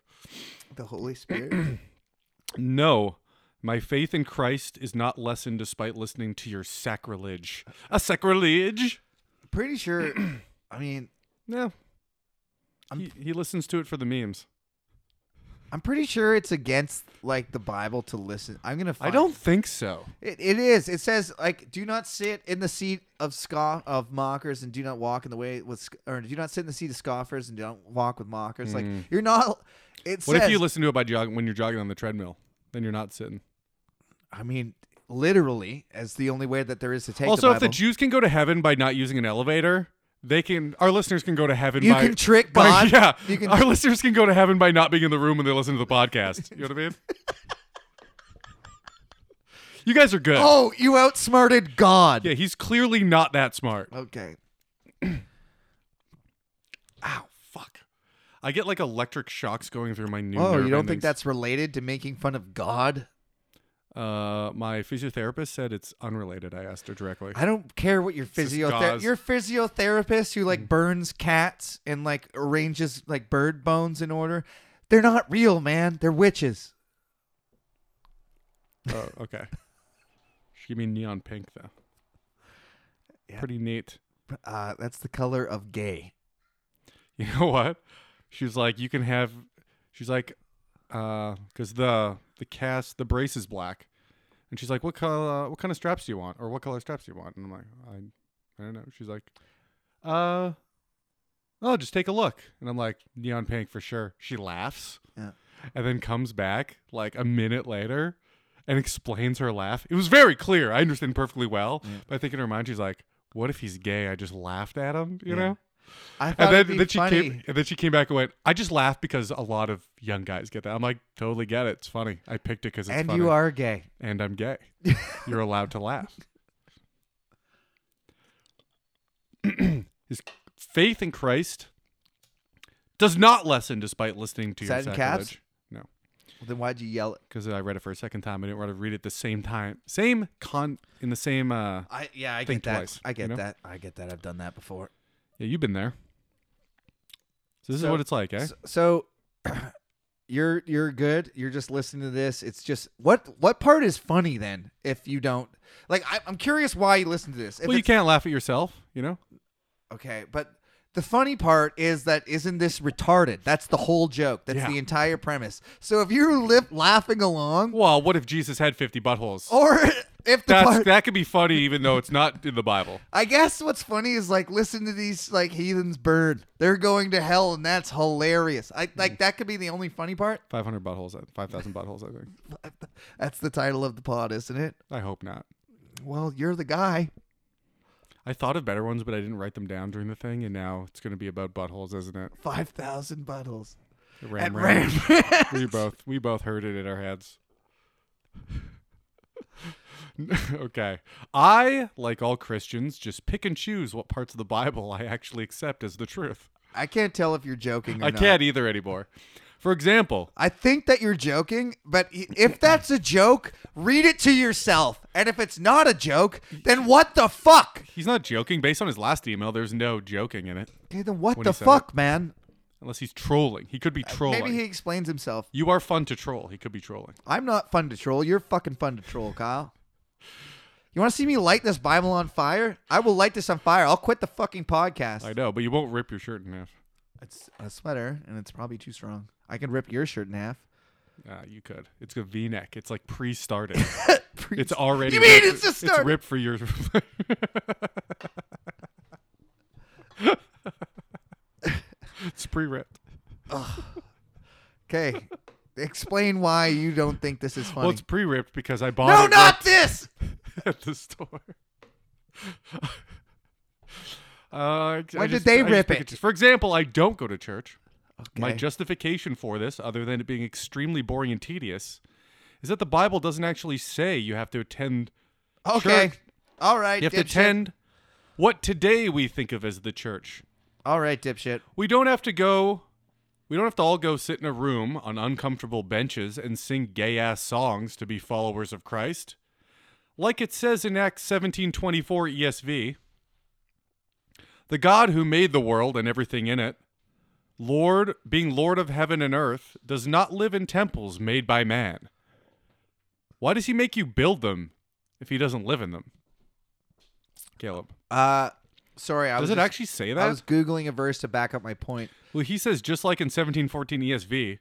The Holy Spirit. [CLEARS THROAT] No, my faith in Christ is not lessened despite listening to your sacrilege. A sacrilege? Pretty sure. I mean, No. I'm- He, he listens to it for the memes. I'm pretty sure it's against like the Bible to listen. I'm gonna. Find I don't think so. It, it is. It says like, do not sit in the seat of scoff of mockers, and do not walk in the way with, sc- or do not sit in the seat of scoffers, and don't walk with mockers. Like you're not. It Hmm. What says. if you listen to it by jog- when you're jogging on the treadmill? Then you're not sitting. I mean, literally, as the only way that there is to take. also, the if the Bible. Jews can go to heaven by not using an elevator, they can. Our listeners can go to heaven. you by, can trick by- God. [LAUGHS] yeah, You can. our listeners can go to heaven by not being in the room when they listen to the podcast. You know what I mean? you guys are good. oh, you outsmarted God. Yeah, he's clearly not that smart. Okay. Ow, fuck. I get like electric shocks going through my new. Oh, nerve you don't think endings. that's related to making fun of God? Uh, my physiotherapist said it's unrelated. I asked her [LAUGHS] directly. I don't care what your just Mm. physiotherapist. gauze. Your physiotherapist who like burns cats and like arranges like bird bones in order. They're not real, man. They're witches. oh, okay. She gave me neon pink though. Yeah. Pretty neat. Uh, that's the color of gay. [LAUGHS] you know what? She's like, you can have. She's like, because the the cast the brace is black, and she's like, what color? What kind of straps do you want, or what color straps do you want? And I'm like, I, I don't know. She's like, uh, oh, just take a look. And I'm like, neon pink for sure. She laughs, Yeah. and then comes back like a minute later, and explains her laugh. It was very clear. I understand perfectly well, but I think in her mind she's like. What if he's gay? I just laughed at him, you Yeah. know? I thought and it'd then, be then she funny. came and then she came back and went i just laughed because a lot of young guys get that i'm like totally get it it's funny i picked it because it's and funny you are gay. and i'm [LAUGHS] gay you're allowed to laugh his faith in christ does not lessen despite listening to Is your that in sacrilege caps? no Then why'd you yell it? because i read it for a second time i didn't want to read it the same time same con in the same uh I yeah, I Think get that. twice, I get you know? that. I get that. I've done that before. yeah you've been there so this So- is what it's like eh S- So, [CLEARS THROAT] you're you're good. You're just listening to this. It's just what what part is funny then if you don't like I, I'm curious why you listen to this. If well you it's- can't laugh at yourself you know Okay, but The funny part is that isn't this retarded? That's the whole joke. That's Yeah. the entire premise. So if you're li- laughing along, Well, what if Jesus had 50 buttholes? or [LAUGHS] if the That's part, that could be funny even though it's not in the [LAUGHS] Bible. I guess what's funny is like listen to these like heathens burn. They're going to hell, and that's hilarious. I Hmm. like that could be the only funny part. [LAUGHS] 500 buttholes, 5,000 buttholes, I think. That's the title of the pod, isn't it? I hope not. Well, you're the guy. [LAUGHS] I thought of better ones, but I didn't write them down during the thing, and now it's going to be about buttholes, isn't it? Five thousand bottles. Ram, At ram. Ram- [LAUGHS] we both we both heard it in our heads. [LAUGHS] okay. I, like all Christians, just pick and choose what parts of the Bible I actually accept as the truth. I can't tell if you're joking or I not. can't either anymore. For example, I think that you're joking, but i- if that's a joke, read it to yourself. And if it's not a joke, then what the fuck? he's not joking. Based on his last email, there's no joking in it. Okay, then what When the he said fuck, man? Unless he's trolling. He could be trolling. Uh, Maybe he explains himself. you are fun to troll. He could be trolling. I'm not fun to troll. You're fucking fun to troll, Kyle. You want to see me light this Bible on fire? I will light this on fire. I'll quit the fucking podcast. I know, but you won't rip your shirt in half. It's a sweater, and it's probably too strong. I can rip your shirt in half. Uh, you could. It's a V-neck. It's [LAUGHS] like pre-started. It's already. You mean ripped- it's just started? ripped for your. [LAUGHS] it's pre-ripped. okay. Explain why you don't think this is funny. Well, it's pre-ripped because I bought no, it not this. ripped [LAUGHS] at the store. Uh, I- I did just- they I just rip pick it? choose. For example, I don't go to church. My Okay. justification for this, other than it being extremely boring and tedious, is that the Bible doesn't actually say you have to attend Okay. Church. All right. You have to dipshit. attend what today we think of as the church. All right, dipshit. We don't have to go. We don't have to all go sit in a room on uncomfortable benches and sing gay ass songs to be followers of Christ. Like it says in Acts 1724 ESV, the God who made the world and everything in it, Lord, being Lord of heaven and earth, does not live in temples made by man. Why does he make you build them if he doesn't live in them? Caleb. Uh, sorry. I Does was it just- actually say that? I was googling a verse to back up my point. Well, he says just like in 1714 ESV,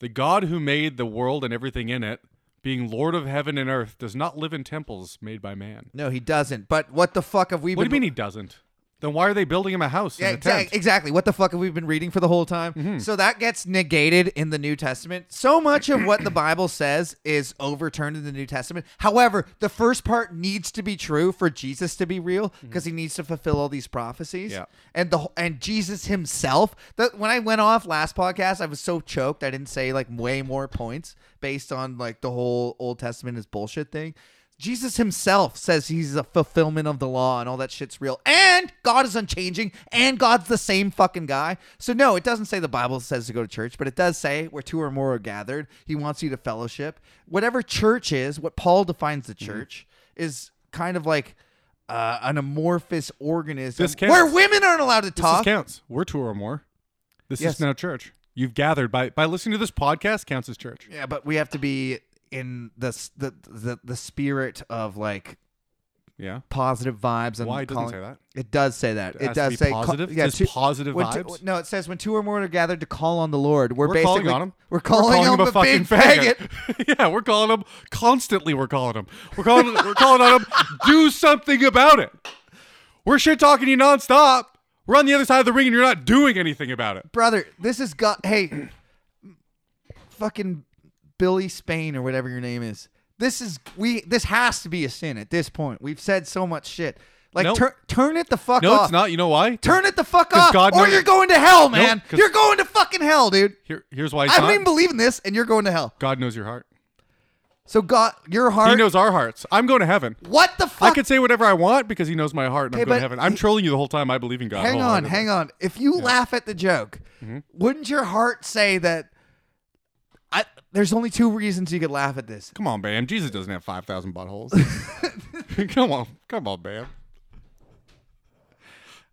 the God who made the world and everything in it, being Lord of heaven and earth, does not live in temples made by man. No, he doesn't. But what the fuck have we What do been? you mean he doesn't? Then why are they building him a house Yeah, and a exactly. tent? Mm-hmm. Exactly. What the fuck have we been reading for the whole time? So that gets negated in the New Testament. So much of what the Bible says is overturned in the New Testament. However, the first part needs to be true for Jesus to be real because he needs to fulfill all these prophecies. Mm-hmm. Yeah. And the and Jesus himself. That when I went off last podcast, I was so choked I didn't say like way more points based on like the whole Old Testament is bullshit thing. Jesus himself says he's a fulfillment of the law and all that shit's real. And God is unchanging and God's the same fucking guy. So no, it doesn't say the Bible says to go to church, but it does say where two or more are gathered, he wants you to fellowship. Whatever church is, what Paul defines the church is kind of like uh, an amorphous organism This counts. where women aren't allowed to This talk. counts. We're two or more. This Yes. is now church. You've gathered by by listening to this podcast counts as church. Yeah, but we have to be in the s- the the, the spirit of like Yeah. positive vibes. And Why it doesn't calling- say that? It does say that. It, has to does be say co- positive? yeah, Just positive when vibes? no, it says when two or more are gathered to call on the Lord, we're, We're basically calling on him. We're calling, him on a the fucking big faggot. [LAUGHS] yeah, we're calling him constantly. We're calling him. We're calling. we're calling on him. Do something about it. We're shit talking you nonstop. We're on the other side of the ring, and you're not doing anything about it. brother. This is God. Hey, fucking Billy Spain or whatever your name is. This is we. This has to be a sin at this point. We've said so much shit. Like Nope. tur- turn it the fuck No, off. it's not. You know why? Uh, Turn it the fuck 'Cause off, God or knows- you're going to hell, man. 'cause- you're going to fucking hell, dude. Here, here's why. It's I not. don't even believe in this, and you're going to hell. God knows your heart. So God, your He heart. knows our hearts. I'm going to heaven. what the I fuck? could say whatever I want because he knows my heart, and I'm Okay, but going to heaven. I'm trolling you the whole time. I believe in God. hang on, wholeheartedly. hang on. If you laugh at the joke, Mm-hmm. wouldn't your heart say that? I, there's only two reasons you could laugh at this. Come on, Bam. Jesus doesn't have five [LAUGHS] thousand buttholes. [LAUGHS] come on, come on, Bam.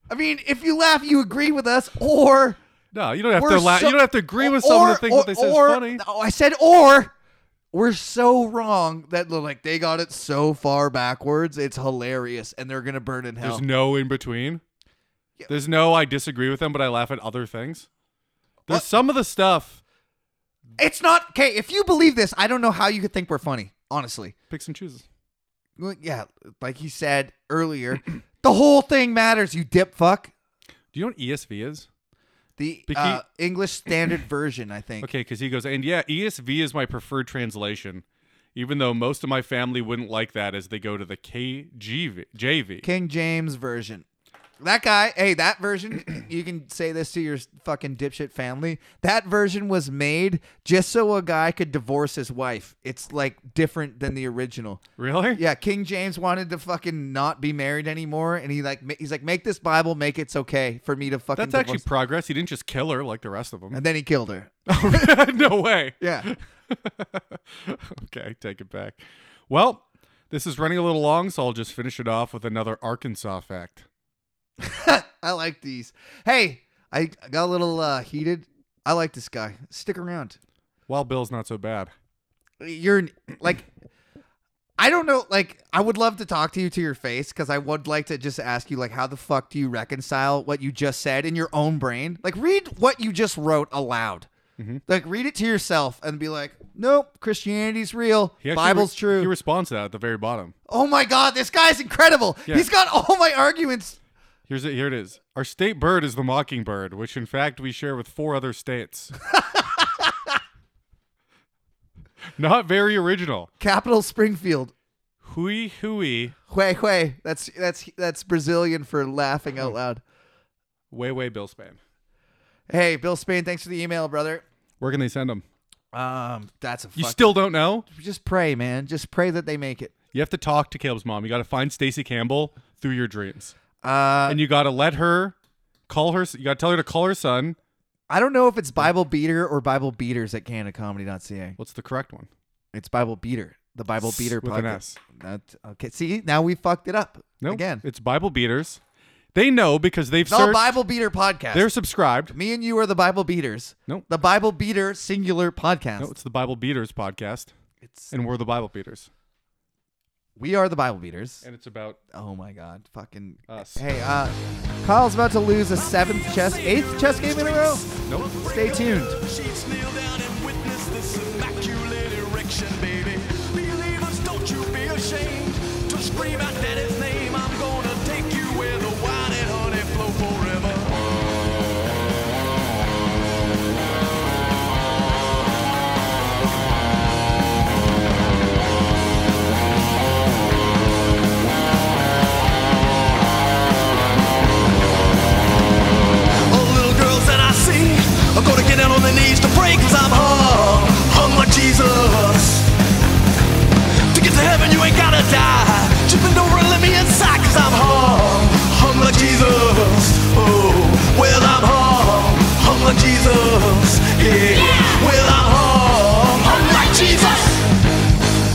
I mean, if you laugh, you agree with us, or No, you don't have we're to. La- so- you don't have to agree with someone to think or, what they say is or- funny. Oh, I said or. We're so wrong that like they got it so far backwards, it's hilarious, and they're gonna burn in hell. There's no in between. There's no I disagree with them, but I laugh at other things. There's some of the stuff It's not okay. If you believe this, I don't know how you could think we're funny. Honestly, picks and chooses. Well, yeah, like he said earlier, the whole thing matters. You dip fuck. Do you know what ESV is? The But he- uh, English Standard Version, I think. Okay, because he goes, and yeah, ESV is my preferred translation, even though most of my family wouldn't like that as they go to the KGV. JV. King James Version. That guy, hey, that version, you can say this to your fucking dipshit family. That version was made just so a guy could divorce his wife. It's like different than the original. really? Yeah, King James wanted to fucking not be married anymore, and he like ma- he's like, make this Bible, make it's okay for me to fucking. That's actually divorce." progress. He didn't just kill her like the rest of them. and then he killed her. [LAUGHS] no way. Yeah, [LAUGHS] [LAUGHS] okay, take it back. Well, this is running a little long, so I'll just finish it off with another Arkansas fact. I like these. Hey, I I got a little uh, heated. I like this guy. Stick around. Wild Bill's not so bad. you're an- like I don't know like I would love to talk to you to your face cuz I would like to just ask you like how the fuck do you reconcile what you just said in your own brain? Like read what you just wrote aloud. Mm-hmm. Like read it to yourself and be like, "Nope, Christianity's real. He actually Bible's re- true." He responds to that at the very bottom. oh my god, this guy's incredible. Yeah. He's got all my arguments. Here's it. Here it is. Our state bird is the mockingbird, which in fact we share with four other states. [LAUGHS] Not very original. Capital Springfield. Hui hui, Huey huey. That's that's that's Brazilian for laughing Oh. out loud. way way Bill Span. Hey, Bill Spain, thanks for the email, brother. Where can they send them? Um, that's a You fuck- still don't know? just pray, man. Just pray that they make it. You have to talk to Caleb's mom. You got to find Stacy Campbell through your dreams, Uh, and you got to let her call her. You got to tell her to call her son. I don't know if it's Bible Beater or Bible Beaters at CanadaComedy.ca. What's the correct one? It's Bible Beater, the Bible S- Beater with podcast. an S. That, okay, see, now we fucked it up No, again. it's Bible beaters. They know because they've The searched. Bible Beater podcast. they're subscribed. Me and you are the Bible Beaters. Nope. The Bible Beater singular podcast. No, it's the Bible Beaters podcast, it's and we're the Bible Beaters, we are the Bible Beaters. and it's about Oh my God, fucking. Us. Hey, uh, Kyle's about to lose a seventh chess, eighth chess game in a row. nope. Stay tuned. Sheets kneel down and witness this immaculate erection, baby. Believers, don't you be ashamed to scream out daddy's name. I'm gonna take you where the wine and honey flow forever. All the little girls that I see are gonna get down on their knees to pray cause I'm hung, hung like Jesus. To get to heaven, you ain't gotta die. Just bend over and let me inside cause I'm hung, hung like Jesus. Oh, well, I'm hung, hung like Jesus. Yeah, well, I'm hung, hung like Jesus.